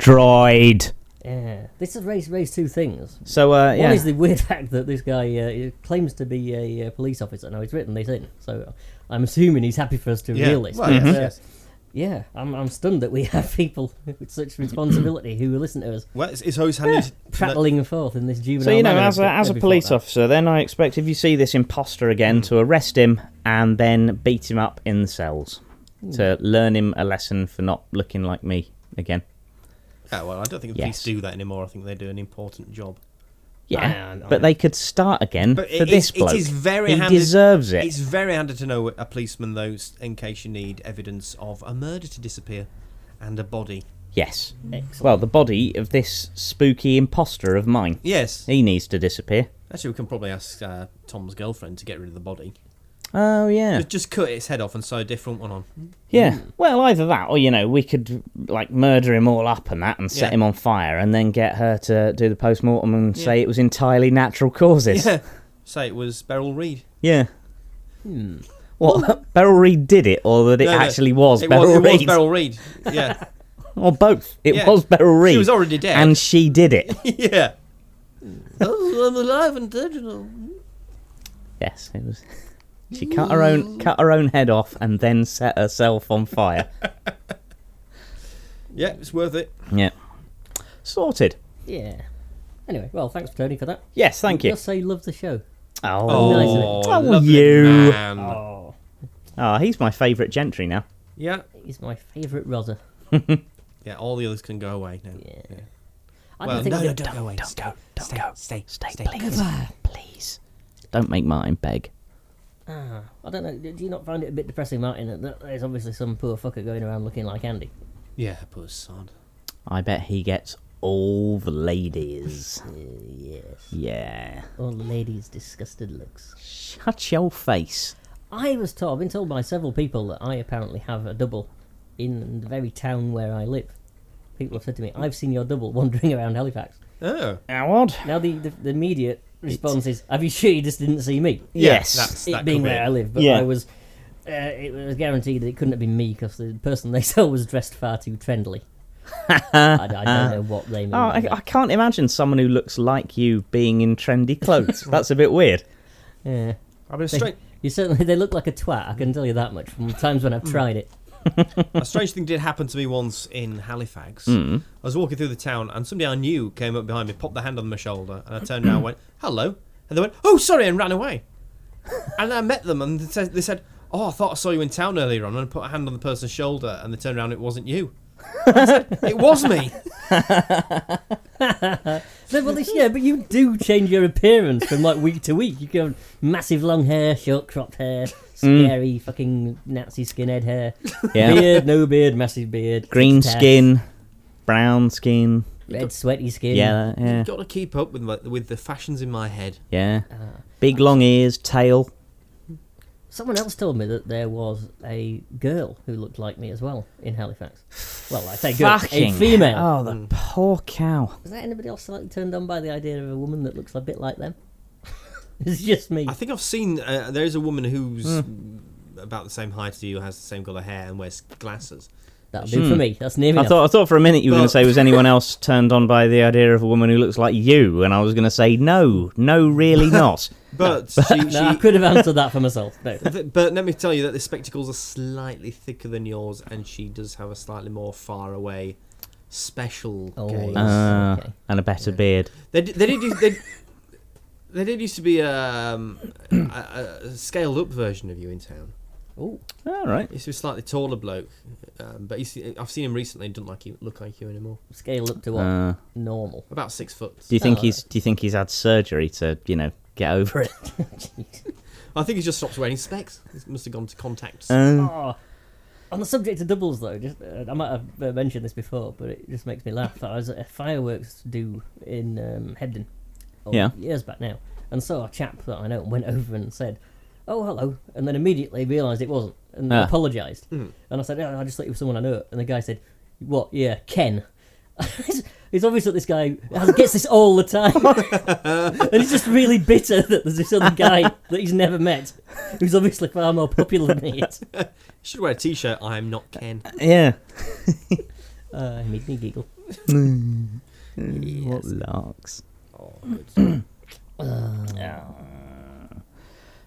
Speaker 2: destroyed.
Speaker 4: Yeah, Uh, this has raised, raised two things.
Speaker 2: So uh, yeah,
Speaker 4: One is the weird [LAUGHS] fact that this guy uh, he claims to be a uh, police officer. Now he's written this in, so I'm assuming he's happy for us to
Speaker 3: Yeah.
Speaker 4: reveal this.
Speaker 3: Well,
Speaker 4: but,
Speaker 3: yes,
Speaker 4: uh,
Speaker 3: yes.
Speaker 4: Yeah, I'm, I'm stunned that we [LAUGHS] have people
Speaker 2: [CLEARS THROAT]
Speaker 4: with such responsibility who will listen to us
Speaker 3: Well, it's, it's always handy. to-
Speaker 4: prattling forth in this juvenile.
Speaker 2: so you know,
Speaker 4: manner
Speaker 2: as a,
Speaker 4: every-
Speaker 2: as a
Speaker 4: every
Speaker 2: police
Speaker 4: fortnight.
Speaker 2: officer, then I expect if you see this imposter again,
Speaker 3: Mm.
Speaker 2: to arrest him and then beat him up in the cells
Speaker 3: Mm.
Speaker 2: to learn him a lesson for not looking like me again.
Speaker 3: Oh, well, I don't think the
Speaker 2: Yes.
Speaker 3: police do that anymore. I think they do an important job.
Speaker 2: Yeah,
Speaker 4: I- I-
Speaker 2: but they could start again
Speaker 3: But
Speaker 2: for
Speaker 3: it,
Speaker 2: this
Speaker 3: it's,
Speaker 2: bloke.
Speaker 3: it is very
Speaker 2: he
Speaker 3: handy.
Speaker 2: deserves it.
Speaker 3: It's very handy to know a policeman, though, s- in case you need evidence of a murder to disappear and a body.
Speaker 2: Yes.
Speaker 4: Excellent.
Speaker 2: Well, the body of this spooky imposter of mine.
Speaker 3: Yes.
Speaker 2: He needs to disappear.
Speaker 3: Actually, we can probably ask uh, Tom's girlfriend to get rid of the body.
Speaker 2: Oh yeah,
Speaker 3: Just, just cut its head off and sew a different
Speaker 2: [LAUGHS]
Speaker 3: one on.
Speaker 2: yeah. Well, either that, or you know, we could like murder him all up and that, and set
Speaker 3: Yeah.
Speaker 2: him on fire, and then get her to do the post mortem and say it was entirely natural causes. Yeah.
Speaker 3: Say it was Beryl Reed.
Speaker 2: What? Beryl Reed did it, or that it
Speaker 3: Hmm. No, no,
Speaker 2: actually was
Speaker 3: it
Speaker 2: Beryl
Speaker 3: was, It
Speaker 2: Reed,
Speaker 3: was Beryl Reed. Yeah.
Speaker 2: [LAUGHS] or both? It
Speaker 3: Yeah.
Speaker 2: was Beryl Reed.
Speaker 3: [LAUGHS] She was already dead.
Speaker 2: and she did it.
Speaker 3: yeah. I'm alive and dead, you know.
Speaker 2: Yes, it was. She cut her own cut her own head off and then set herself on [LAUGHS] fire.
Speaker 3: Yeah, it's worth it.
Speaker 2: yeah, sorted.
Speaker 4: Yeah. Anyway, well, thanks, Tony, for that.
Speaker 2: Yes, thank you.
Speaker 4: Just say love the show.
Speaker 2: Oh,
Speaker 4: nice, isn't it?
Speaker 3: Oh,
Speaker 2: Oh,
Speaker 3: lovely
Speaker 2: you.
Speaker 3: man.
Speaker 4: Oh,
Speaker 2: Ah, he's my favourite gentry now.
Speaker 3: Yeah,
Speaker 4: he's my favourite Rotter.
Speaker 3: yeah. All the others can go away now.
Speaker 4: Yeah.
Speaker 3: Yeah.
Speaker 4: I
Speaker 3: Well,
Speaker 4: don't think
Speaker 3: no,
Speaker 4: that-
Speaker 3: no, don't go away. Don't go. Don't stay, go. Stay. Stay. Stay.
Speaker 2: Please, please, don't make Martin beg.
Speaker 4: Ah, I don't know. Do you not find it a bit depressing, Martin? That that there's obviously some poor fucker going around looking like Andy.
Speaker 3: Yeah, poor son.
Speaker 2: I bet he gets all the [LAUGHS] ladies.
Speaker 4: Uh, yes.
Speaker 2: yeah.
Speaker 4: All the ladies' disgusted looks.
Speaker 2: Shut your face.
Speaker 4: I was told, I've been told by several people that I apparently have a double in the very town where I live. People have said to me, I've seen your double wandering around Halifax.
Speaker 3: Oh,
Speaker 2: Howard?
Speaker 4: Now, the, the, the immediate response is, Have you sure you just didn't see me?
Speaker 2: Yes.
Speaker 3: that's-
Speaker 4: It
Speaker 3: that
Speaker 4: being
Speaker 3: could be
Speaker 4: where
Speaker 3: it.
Speaker 4: I live, but
Speaker 2: Yeah.
Speaker 4: I was. Uh, it was guaranteed that it couldn't have been me because the person [LAUGHS] they saw was dressed far too trendily. I,
Speaker 2: [LAUGHS]
Speaker 4: I don't know what they mean.
Speaker 2: Oh, I,
Speaker 4: by that.
Speaker 2: I can't imagine someone who looks like you being in trendy
Speaker 4: [LAUGHS]
Speaker 2: clothes. That's a bit weird.
Speaker 4: Yeah.
Speaker 3: I've been a
Speaker 4: They-
Speaker 3: strange.
Speaker 4: You certainly they look like a twat. I can tell you that much from the times when I've tried it.
Speaker 3: a strange thing did happen to me once in Halifax. I was walking through the town, and somebody I knew came up behind me, popped their hand on my shoulder, and I turned around and went, hello. And they went, oh, sorry, and ran [LAUGHS] away. and I met them, and they said, they said, oh, I thought I saw you in town earlier on, and I put a hand on the person's shoulder, and they turned around, it wasn't [LAUGHS] you. I said, it was me.
Speaker 4: No, well, this, yeah, but you do change your appearance from like week to week. You go massive long hair, short cropped hair, scary fucking Nazi skinhead hair,
Speaker 2: Hmm. Yeah.
Speaker 4: beard, no beard, massive beard,
Speaker 2: Green
Speaker 4: tats,
Speaker 2: skin, brown skin.
Speaker 4: red sweaty skin.
Speaker 2: Yeah, yeah,
Speaker 3: You've got to keep up with, like, with the fashions in my head.
Speaker 2: yeah.
Speaker 4: uh,
Speaker 2: Big long ears, tail.
Speaker 4: Someone else told me that there was a girl who looked like me as well in Halifax. Well, I say girl, a
Speaker 2: Fucking-
Speaker 4: female.
Speaker 2: Oh, the poor cow.
Speaker 4: Is that anybody else slightly turned on by the idea of a woman that looks a bit like them? [LAUGHS] it's just me.
Speaker 3: I think I've seen, uh, there is a woman who's
Speaker 4: Hmm.
Speaker 3: about the same height as you, has the same colour hair, and wears glasses.
Speaker 4: That'll do for me. That's near enough.
Speaker 2: hmm. I thought, I thought for a minute you were going
Speaker 3: Well-
Speaker 2: to say, was anyone else turned on by the idea of a woman who looks like you? And I was going to say, no, no,
Speaker 4: [LAUGHS]
Speaker 2: really not.
Speaker 3: But she,
Speaker 4: [LAUGHS] No, I
Speaker 3: she,
Speaker 4: could have answered that for myself. No.
Speaker 3: Th- but let me tell you that the spectacles are slightly thicker than yours, and she does have a slightly more far away special
Speaker 4: Oh,
Speaker 3: gaze.
Speaker 4: yes.
Speaker 2: Ah,
Speaker 4: Okay.
Speaker 2: And a better beard.
Speaker 3: They, d- they did. u- They, there did used to be um, a, a, a scaled up version of you in town.
Speaker 4: Ooh,
Speaker 2: All right.
Speaker 3: He used to be a slightly taller bloke, um, but he's, I've seen him recently. and Doesn't like you look like you anymore.
Speaker 4: scale up to what?
Speaker 2: Uh,
Speaker 4: Normal.
Speaker 3: About six foot.
Speaker 2: do you think
Speaker 4: Oh,
Speaker 2: he's? Do you think he's had surgery to, you know, get over it?
Speaker 4: Jeez.
Speaker 3: I think he just stopped wearing specs. He must have gone to contacts.
Speaker 2: Um,
Speaker 4: Oh. On the subject of doubles, though, just uh, I might have uh, mentioned this before, but it just makes me laugh. That I was at a fireworks do in um, Hebden, or
Speaker 2: Yeah.
Speaker 4: years back now, and saw a chap that I know went over and said, "Oh, hello," and then immediately realised it wasn't and
Speaker 2: Ah.
Speaker 4: apologised. And I said, oh, "I just thought it was someone I know," and the guy said, "What? Yeah, Ken." [LAUGHS] It's obvious that this guy has- gets this all the time, and he's just really bitter that there's this other guy that he's never met, who's obviously far more popular than he is.
Speaker 3: Should wear a t-shirt. I am not Ken.
Speaker 2: yeah.
Speaker 4: Uh, made me giggle.
Speaker 2: Mm, What larks?
Speaker 3: Oh,
Speaker 4: [CLEARS THROAT]
Speaker 3: good. stuff.
Speaker 4: Uh,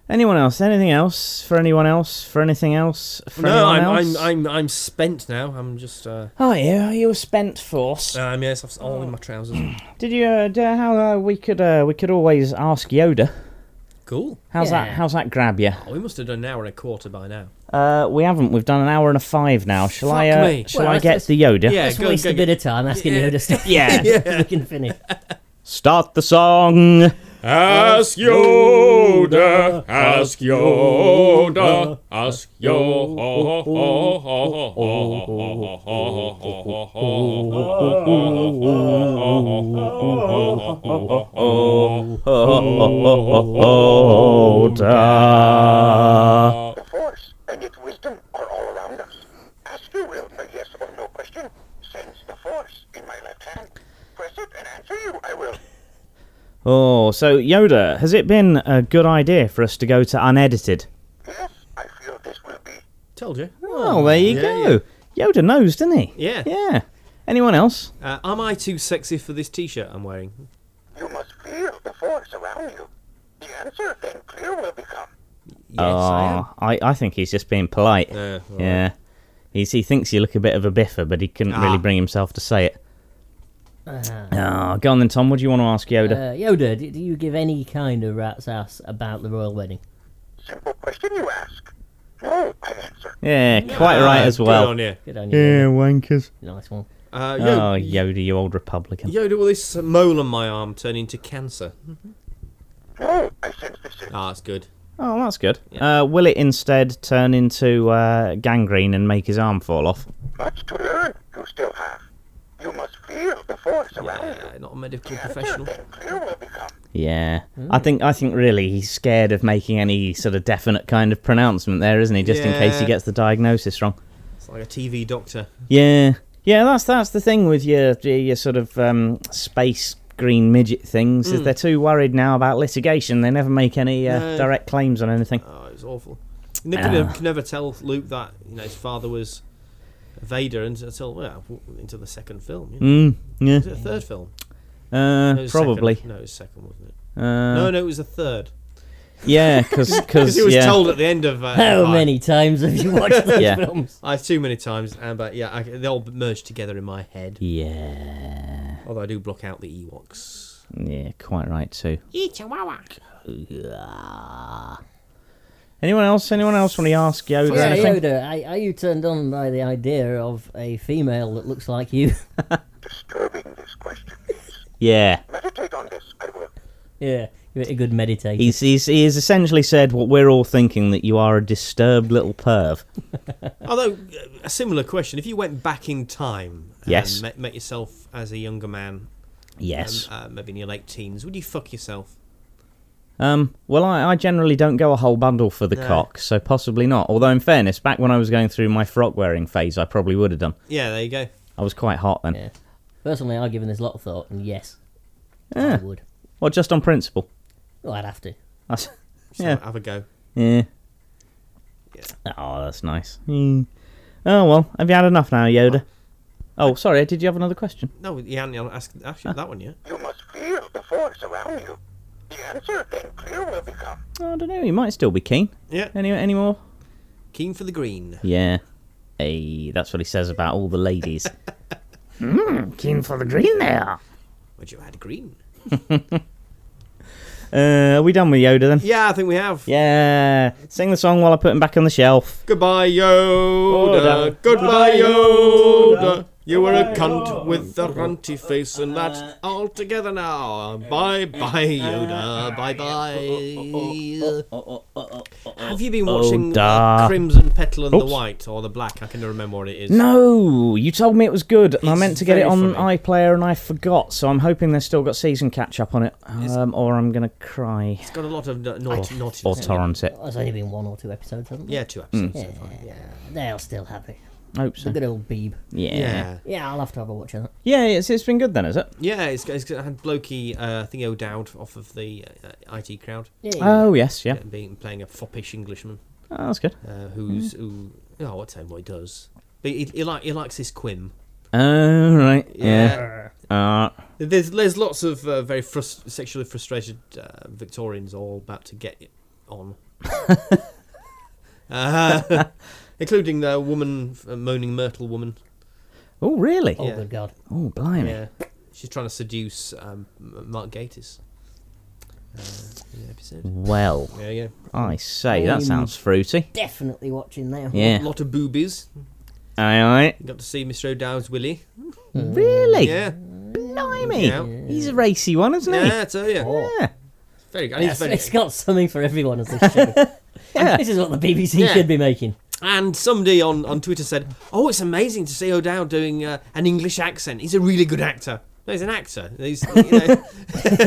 Speaker 2: Anyone else? Anything else for anyone else? For anything else? For anyone
Speaker 3: no, I'm,
Speaker 2: else?
Speaker 3: I'm I'm I'm spent now. I'm just. Uh,
Speaker 2: Oh, yeah, you were spent force.
Speaker 3: Um, yes, I've s- all in my trousers.
Speaker 4: [CLEARS THROAT]
Speaker 2: Did you? Uh, d- how uh, we could? Uh, we could always ask Yoda.
Speaker 3: cool.
Speaker 2: How's
Speaker 4: Yeah.
Speaker 2: that? How's that grab you?
Speaker 3: Oh, we must have done an hour and a quarter by now.
Speaker 2: Uh, we haven't. We've done an hour and a five now. Shall I?
Speaker 3: Fuck
Speaker 2: Uh,
Speaker 3: me.
Speaker 2: Shall
Speaker 4: Well,
Speaker 2: I
Speaker 4: let's-
Speaker 2: get
Speaker 4: let's-
Speaker 2: the Yoda?
Speaker 3: Yeah,
Speaker 4: Let's
Speaker 3: go-
Speaker 4: waste
Speaker 3: go
Speaker 4: a
Speaker 3: get-
Speaker 4: bit of time asking
Speaker 3: Yeah. [LAUGHS]
Speaker 4: Yoda stuff.
Speaker 2: Yeah.
Speaker 4: yeah. we can finish.
Speaker 2: Start the
Speaker 3: [LAUGHS]
Speaker 2: song.
Speaker 7: Ask Yoda, ask Yoda, ask Yoda.
Speaker 8: The Force and its wisdom are all around us. Ask your will a yes or no question. Sense the Force in my left hand. Press it and answer you, I will.
Speaker 2: Oh, so Yoda, has it been a good idea for us to go to unedited?
Speaker 8: Yes, I feel this will be.
Speaker 3: Told you.
Speaker 2: Oh, there you go. Yoda knows, doesn't he?
Speaker 3: Yeah.
Speaker 2: Yeah. Anyone else?
Speaker 3: Uh, am I too sexy for this T-shirt I'm wearing?
Speaker 8: You must feel around you. The answer then clear will become.
Speaker 3: Uh,
Speaker 2: oh, I, I think he's just being polite.
Speaker 3: Yeah, all
Speaker 2: yeah. He's, he thinks you look a bit of a biffer, but he couldn't
Speaker 3: Ah.
Speaker 2: really bring himself to say it.
Speaker 3: Uh-huh.
Speaker 2: Ah, go on then, Tom. What do you want to ask Yoda?
Speaker 4: Uh, Yoda, do, do you give any kind of rat's ass about the royal wedding?
Speaker 8: Simple question you ask. No, I answer.
Speaker 2: yeah, quite right as
Speaker 3: Ah, Good
Speaker 2: well.
Speaker 3: on you.
Speaker 4: Good on you. Yoda.
Speaker 2: wankers.
Speaker 4: Nice one.
Speaker 3: Uh,
Speaker 2: Oh,
Speaker 3: yo,
Speaker 2: Yoda, you old Republican.
Speaker 3: yo, did all this mole on my arm turn into cancer?
Speaker 8: No, I sense this is.
Speaker 3: Ah, that's good.
Speaker 2: Oh, that's good. Uh, will it instead turn into uh, gangrene and make his arm fall off?
Speaker 8: Much to learn you still have. You must feel the force around you.
Speaker 3: Yeah, not a medical
Speaker 8: The answer
Speaker 3: professional.
Speaker 8: then clear will become.
Speaker 2: Yeah,
Speaker 3: Hmm.
Speaker 2: I think I think really he's scared of making any sort of definite kind of pronouncement there, isn't he? Just in case he
Speaker 3: Yeah.
Speaker 2: gets the diagnosis wrong.
Speaker 3: It's like a TV doctor.
Speaker 2: Yeah, yeah, that's that's the thing with your your sort of um, space green midget things is they're too worried now about litigation. They never make any uh,
Speaker 3: Hmm. No.
Speaker 2: direct claims on anything.
Speaker 3: Oh, it was awful. You never,
Speaker 2: Ah.
Speaker 3: never- could never tell Luke that you know his father was Vader until well into the second film. You know.
Speaker 2: Mm, yeah,
Speaker 3: Was it a third film? No, it
Speaker 2: uh,
Speaker 3: was
Speaker 2: probably.
Speaker 3: Second. No, it was second, wasn't it?
Speaker 2: Uh,
Speaker 3: no, no, it was the third.
Speaker 2: Yeah,
Speaker 3: [LAUGHS]
Speaker 2: because
Speaker 3: Because he was
Speaker 2: yeah.
Speaker 3: told at the end of uh,
Speaker 4: How
Speaker 3: Empire.
Speaker 4: many times have you watched those
Speaker 2: Yeah.
Speaker 4: films?
Speaker 3: I've too many times, and but yeah, I, they all merged together in my head.
Speaker 2: Yeah,
Speaker 3: Although I do block out the Ewoks.
Speaker 2: yeah, quite right too.
Speaker 3: Eat chihuahua.
Speaker 2: Anyone else? Anyone else want to ask Yoda
Speaker 4: Yeah,
Speaker 2: anything?
Speaker 4: Yoda, are, are you turned on by the idea of a female that looks like you? [LAUGHS]
Speaker 8: Disturbing this question.
Speaker 2: Yeah.
Speaker 8: Meditate on this, I will.
Speaker 4: yeah, give it a good meditate.
Speaker 2: He's, he's, he has essentially said what we're all thinking that you are a disturbed little perv.
Speaker 3: Although uh, a similar question: If you went back in time, and
Speaker 2: Yes.
Speaker 3: met, met yourself as a younger man, um,
Speaker 2: Yes.
Speaker 3: uh, maybe in your late teens, would you fuck yourself?
Speaker 2: Um, well, I, I generally don't go a whole bundle for the
Speaker 3: No.
Speaker 2: cock, so possibly not. Although, in fairness, back when I was going through my frock wearing phase, I probably would have done.
Speaker 3: Yeah, there you go.
Speaker 2: I was quite hot then.
Speaker 4: Yeah. Personally, I've given this a lot of thought, and yes,
Speaker 3: Ah.
Speaker 4: I would.
Speaker 2: Eh, Well, just on principle.
Speaker 4: Well, I'd have to.
Speaker 2: That's, [LAUGHS]
Speaker 3: So
Speaker 2: Yeah.
Speaker 3: have a go.
Speaker 2: yeah. Oh, that's nice. Hmm. Oh, well, have you had enough now, Yoda? Oh, sorry, did you have another question?
Speaker 3: No, you haven't asked asked that one yet.
Speaker 8: You must feel the force around you. The answer then clear will become.
Speaker 2: Oh, I don't know, you might still be keen.
Speaker 3: Yeah.
Speaker 2: Any, any more?
Speaker 3: Keen for the green.
Speaker 2: Yeah. Hey, that's what he says about all the ladies. Mmm, keen for the green there.
Speaker 3: Would you add green?
Speaker 2: Uh, are we done with Yoda then?
Speaker 3: Yeah, I think we have.
Speaker 2: Yeah. Sing the song while I put him back on the shelf.
Speaker 3: Goodbye, Yoda.
Speaker 2: Yoda.
Speaker 3: Goodbye, Yoda. You were a cunt with a runty face, and that's all together now. Bye bye, Yoda. Bye bye. Have you been watching
Speaker 2: Yoda.
Speaker 3: uh, Crimson Petal and the
Speaker 2: Oops.
Speaker 3: White or the Black? I can never remember what it is.
Speaker 2: No, you told me it was good, and I
Speaker 3: It's
Speaker 2: meant to get
Speaker 3: very
Speaker 2: it on
Speaker 3: funny.
Speaker 2: iPlayer, and I forgot. So I'm hoping they've still got season catch up on it, um, or I'm gonna cry
Speaker 3: It's got a lot of na- naught- naughtiness.
Speaker 2: or torrent it.
Speaker 4: Well, There's only been one or two episodes, haven't there?
Speaker 3: Yeah, two episodes. so far.
Speaker 4: Yeah, they'll still have it.
Speaker 2: Hope
Speaker 4: The
Speaker 2: so.
Speaker 4: good old Beeb.
Speaker 2: Yeah.
Speaker 3: Yeah,
Speaker 4: Yeah, I'll have to have a watch of that.
Speaker 2: Yeah, it's, it's been good then, is it?
Speaker 3: yeah. It's, it's it had Blokey uh, Thingy O'Dowd off of the uh, IT crowd,
Speaker 4: Yeah.
Speaker 2: Oh yes, yeah.
Speaker 3: and being playing a foppish Englishman.
Speaker 2: Oh, that's good.
Speaker 3: uh, who's who? Oh, what time what he does? But he, he like he likes his quim.
Speaker 2: Oh right, yeah. Uh,
Speaker 3: There's there's lots of uh, very frus- sexually frustrated uh, Victorians all about to get it on, uh, [LAUGHS] including the woman, uh, moaning Myrtle woman.
Speaker 2: oh really?
Speaker 4: oh,
Speaker 3: yeah.
Speaker 4: good God.
Speaker 2: Oh blimey.
Speaker 3: Yeah, she's trying to seduce um, M- Mark Gatiss. Uh, in the
Speaker 2: Mm.
Speaker 3: episode.
Speaker 2: Well,
Speaker 3: Yeah, yeah.
Speaker 2: I say that
Speaker 4: I'm-
Speaker 2: sounds fruity.
Speaker 4: Definitely watching now.
Speaker 2: Yeah.
Speaker 3: [LAUGHS] Lot of boobies.
Speaker 2: Aye, aye.
Speaker 3: Got to see Mr. O'Dowd's Willie.
Speaker 2: Really?
Speaker 3: Yeah.
Speaker 2: Blimey.
Speaker 3: Yeah.
Speaker 2: He's a racy one, isn't he?
Speaker 3: Yeah, so yeah.
Speaker 2: Yeah.
Speaker 3: Very good. And he's
Speaker 4: Oh. Yes,
Speaker 3: very-
Speaker 4: [LAUGHS] it's got something for everyone
Speaker 2: [LAUGHS]
Speaker 4: as this show.
Speaker 2: Yeah.
Speaker 4: This is what the BBC
Speaker 3: Yeah.
Speaker 4: should be making.
Speaker 3: And somebody on, on Twitter said, "Oh, it's amazing to see O'Dowd doing uh, an English accent. He's a really good actor. No, he's an actor. He's, you know,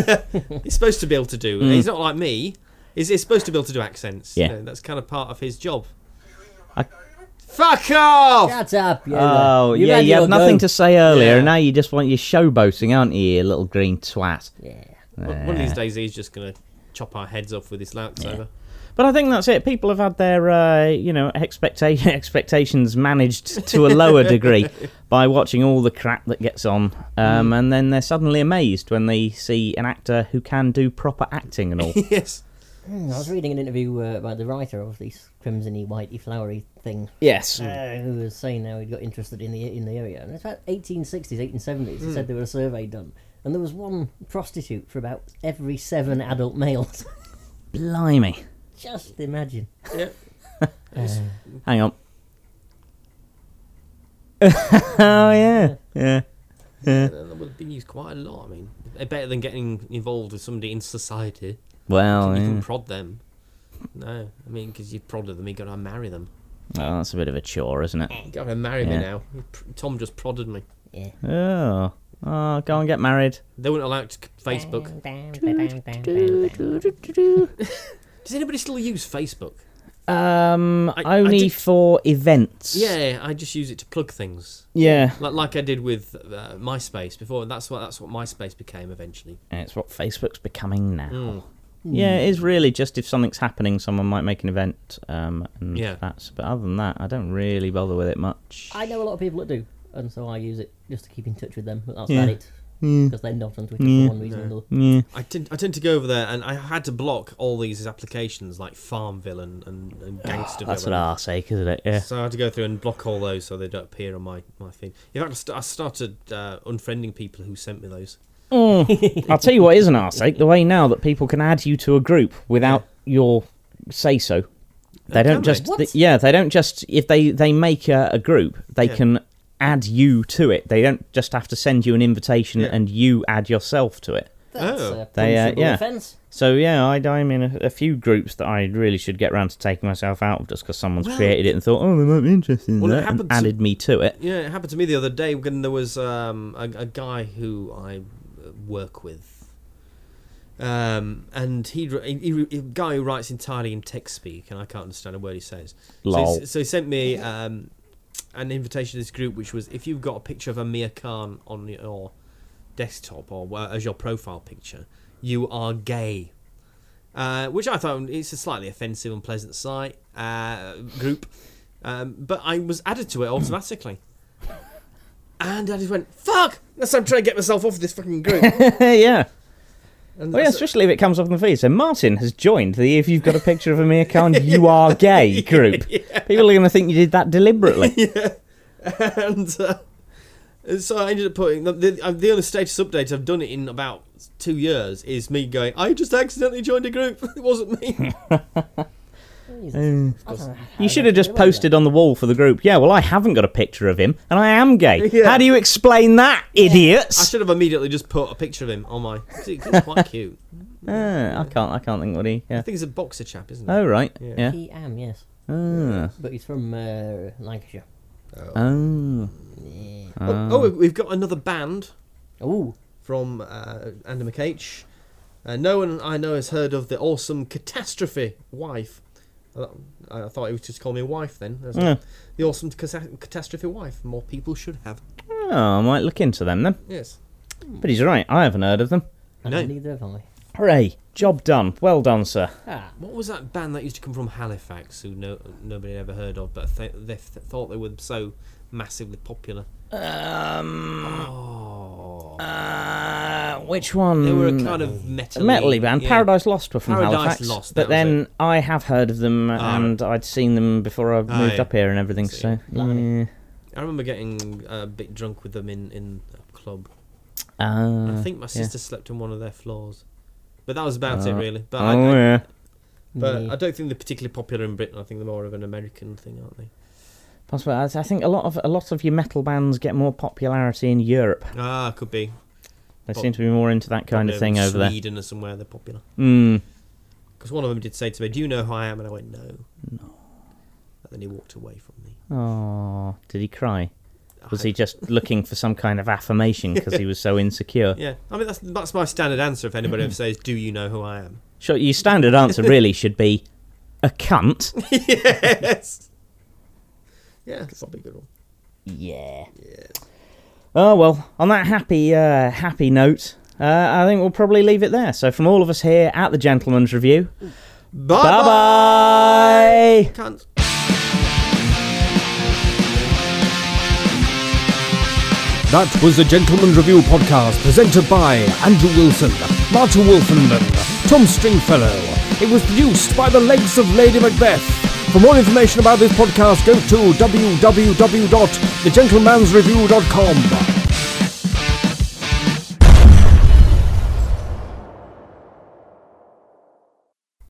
Speaker 3: [LAUGHS] he's supposed to be able to do.
Speaker 4: Mm.
Speaker 3: He's not like me. He's, he's supposed to be able to do accents. you
Speaker 2: Yeah.
Speaker 3: know, that's kind of part of his job.
Speaker 2: I-
Speaker 3: Fuck off!
Speaker 4: Shut up, Yoda.
Speaker 2: Oh,
Speaker 4: You've
Speaker 2: yeah,
Speaker 4: had
Speaker 2: you
Speaker 4: your
Speaker 2: had nothing
Speaker 4: go.
Speaker 2: to say earlier,
Speaker 3: Yeah.
Speaker 2: and now you just want your showboating, aren't you, you little green twat?
Speaker 4: Yeah.
Speaker 3: One one of these days, he's just gonna chop our heads off with his lightsaber. [LAUGHS]
Speaker 2: But I think that's it. People have had their, uh, you know, expecta- [LAUGHS] expectations managed to a lower degree by watching all the crap that gets on, um, and then they're suddenly amazed when they see an actor who can do proper acting
Speaker 3: [LAUGHS]
Speaker 2: and all.
Speaker 3: yes.
Speaker 4: I was reading an interview uh, by the writer of this crimsony, whitey, flowery thing,
Speaker 2: yes.
Speaker 4: uh, who was saying how he got interested in the in the area. And it's about 1860s, 1870s.
Speaker 2: Hmm.
Speaker 4: He said there was a survey done, and there was one prostitute for about every seven adult males. [LAUGHS]
Speaker 2: Blimey.
Speaker 4: Just imagine.
Speaker 2: Hang on. [LAUGHS] oh yeah. Yeah.
Speaker 3: That would have been used quite a lot. I mean, they're better than getting involved with somebody in society.
Speaker 2: Well,
Speaker 3: you
Speaker 2: yeah.
Speaker 3: can prod them. No, I mean, because you prodded them, you got to marry them.
Speaker 2: Oh, that's a bit of a chore, isn't it?
Speaker 3: You got to marry me
Speaker 2: Yeah.
Speaker 3: now. You pr- Tom just prodded me.
Speaker 2: Oh. Oh, go and get married.
Speaker 3: They weren't allowed to c- Facebook. [LAUGHS] Does anybody still use Facebook?
Speaker 2: Um,
Speaker 3: I- I
Speaker 2: only
Speaker 3: did-
Speaker 2: for events.
Speaker 3: Yeah, I just use it to plug things,
Speaker 2: Yeah.
Speaker 3: like like I did with uh, MySpace before. That's what that's what MySpace became eventually.
Speaker 2: And it's what Facebook's becoming now.
Speaker 3: Mm.
Speaker 2: Yeah, it is really just if something's happening, someone might make an event. Um, and
Speaker 3: Yeah.
Speaker 2: that's. But other than that, I don't really bother with it much.
Speaker 4: I know a lot of people that do, and so I use it just to keep in touch with them. But that's
Speaker 2: Yeah.
Speaker 4: about it. Because they're not on Twitter
Speaker 2: Yeah.
Speaker 4: for one reason or another.
Speaker 2: Yeah.
Speaker 3: I tend I tend to go over there, and I had to block all these applications like Farmville and and, and Gangster.
Speaker 2: Ah, That's an
Speaker 3: Villa.
Speaker 2: arse ache, isn't it? Yeah.
Speaker 3: So I had to go through and block all those so they don't appear on my, my feed. In fact, I, st- I started uh, unfriending people who sent me those.
Speaker 2: Mm. I'll tell you what is an arse ache. The way now that people can add you to a group without your say so. They don't
Speaker 3: can they?
Speaker 2: just.
Speaker 3: What?
Speaker 2: th- yeah, they don't just. If they they make a, a group, they
Speaker 3: Yeah.
Speaker 2: can add you to it. They don't just have to send you an invitation
Speaker 3: Yeah.
Speaker 2: and you add yourself to it.
Speaker 4: That's
Speaker 3: Oh.
Speaker 4: a
Speaker 2: They, uh,
Speaker 4: principal
Speaker 2: yeah.
Speaker 4: offence.
Speaker 2: So yeah, I, I'm in a, a few groups that I really should get round to taking myself out of just because someone's
Speaker 3: Well-
Speaker 2: created it and thought, oh, they might be interested in
Speaker 3: Well, it
Speaker 2: that, and
Speaker 3: happened to-
Speaker 2: added me to
Speaker 3: [LAUGHS]
Speaker 2: it. [LAUGHS]
Speaker 3: Yeah, it happened to me the other day when there was um, a, a guy who I uh, work with, um, and he, he, he a guy who writes entirely in text speak, and I can't understand a word he says. So,
Speaker 2: Lol.
Speaker 3: he, so he sent me um, an invitation to this group, which was if you've got a picture of Amir Khan on your desktop or wha- as your profile picture, you are gay. Uh, which I thought it's a slightly offensive, unpleasant site uh, group, um, but I was added to
Speaker 2: [COUGHS]
Speaker 3: it automatically, and I just went fuck. That's I'm trying to get myself off this
Speaker 2: [LAUGHS]
Speaker 3: fucking group.
Speaker 2: yeah.
Speaker 3: And
Speaker 2: Well, Oh, yeah,
Speaker 3: that's-
Speaker 2: especially if it comes up on the feed. So Martin has joined the "If you've got a picture of Amir
Speaker 3: [LAUGHS]
Speaker 2: Khan, you are gay" group. People are going to think you did that
Speaker 3: [LAUGHS]
Speaker 2: deliberately.
Speaker 3: and uh, and so I ended up putting the, the, uh, the only status update I've done it in about two years is me going. I just accidentally joined a group. [LAUGHS] It wasn't me.
Speaker 2: Oh. you should have just posted on the wall for the group. Yeah, well, I haven't got a picture of him, and I am gay.
Speaker 3: Yeah.
Speaker 2: How do you explain that,
Speaker 3: I
Speaker 2: idiots?
Speaker 3: should have immediately just put a picture of him on my. 'cause he- 'cause He's quite cute.
Speaker 2: Ah, I can't. I can't think what he.
Speaker 3: I
Speaker 2: Yeah.
Speaker 3: think he's a boxer chap, isn't he?
Speaker 2: Oh right.
Speaker 3: Yeah.
Speaker 2: Yeah.
Speaker 4: He am, yes.
Speaker 2: Ah.
Speaker 4: But he's from uh, Lancashire.
Speaker 2: Oh.
Speaker 3: Oh, oh, we've got another band
Speaker 4: Ooh.
Speaker 3: from uh, Andy McH. Uh, no one I know has heard of the awesome Catastrophe Wife. I thought- I thought he was just calling me wife then. That's
Speaker 2: Yeah.
Speaker 3: The awesome Casa- Catastrophe Wife. More people should have.
Speaker 2: Oh, I might look into them then.
Speaker 3: Yes.
Speaker 2: But he's right. I haven't heard of them.
Speaker 4: And
Speaker 3: No.
Speaker 4: neither have I.
Speaker 2: Hooray! Job done. Well done, sir.
Speaker 4: Ah.
Speaker 3: What was that band that used to come from Halifax who no, nobody had ever heard of, but th- they th- thought they were so massively popular?
Speaker 2: Um,
Speaker 3: Oh.
Speaker 2: Uh, which one?
Speaker 3: They were a kind of metal.
Speaker 2: um, A metally band. Paradise Lost were from
Speaker 3: Paradise
Speaker 2: Halifax.
Speaker 3: Lost,
Speaker 2: but
Speaker 3: that was
Speaker 2: then I have heard of them
Speaker 3: Ah.
Speaker 2: and I'd seen them before I moved
Speaker 3: yeah.
Speaker 2: up here and everything.
Speaker 3: See.
Speaker 2: So yeah.
Speaker 4: Blimey.
Speaker 3: I remember getting uh, a bit drunk with them in, in a club.
Speaker 2: Ah.
Speaker 3: I think my sister slept on one of their floors. But that was about it,
Speaker 2: Uh,
Speaker 3: really. But, I,
Speaker 2: Oh
Speaker 3: I-
Speaker 2: yeah.
Speaker 3: but
Speaker 4: Yeah.
Speaker 3: I don't think they're particularly popular in Britain. I think they're more of an American thing, aren't they?
Speaker 2: Possibly. I I think a lot of a lot of your metal bands get more popularity in Europe.
Speaker 3: Ah, could be.
Speaker 2: They
Speaker 3: Prob-
Speaker 2: seem to be more into that kind of
Speaker 3: Probably
Speaker 2: thing over there.
Speaker 3: Sweden or somewhere they're popular.
Speaker 2: Mm.
Speaker 3: Because one of them did say to me, Do you know who I am? And I went, No. No. And then he walked away from me.
Speaker 2: Oh, did he cry? Was
Speaker 3: I-
Speaker 2: he just looking for some kind of affirmation because
Speaker 3: [LAUGHS]
Speaker 2: he was so insecure?
Speaker 3: Yeah. I mean, that's, that's my standard answer if anybody [LAUGHS] ever says, Do you know who I am?
Speaker 2: Sure, your standard answer really should be a cunt.
Speaker 3: yes. Yeah, that's probably a good one.
Speaker 2: Yeah. Oh well, on that happy uh, happy note, uh, I think we'll probably leave it there. So from all of us here at the Gentleman's Review, Bye
Speaker 5: Bye
Speaker 2: bye.
Speaker 5: bye.
Speaker 1: That was the Gentleman Review podcast presented by Andrew Wilson, Marta Wolfenden, Tom Stringfellow. It was produced by the Legs of Lady Macbeth. For more information about this podcast, go to www.thegentleman'sreview.com.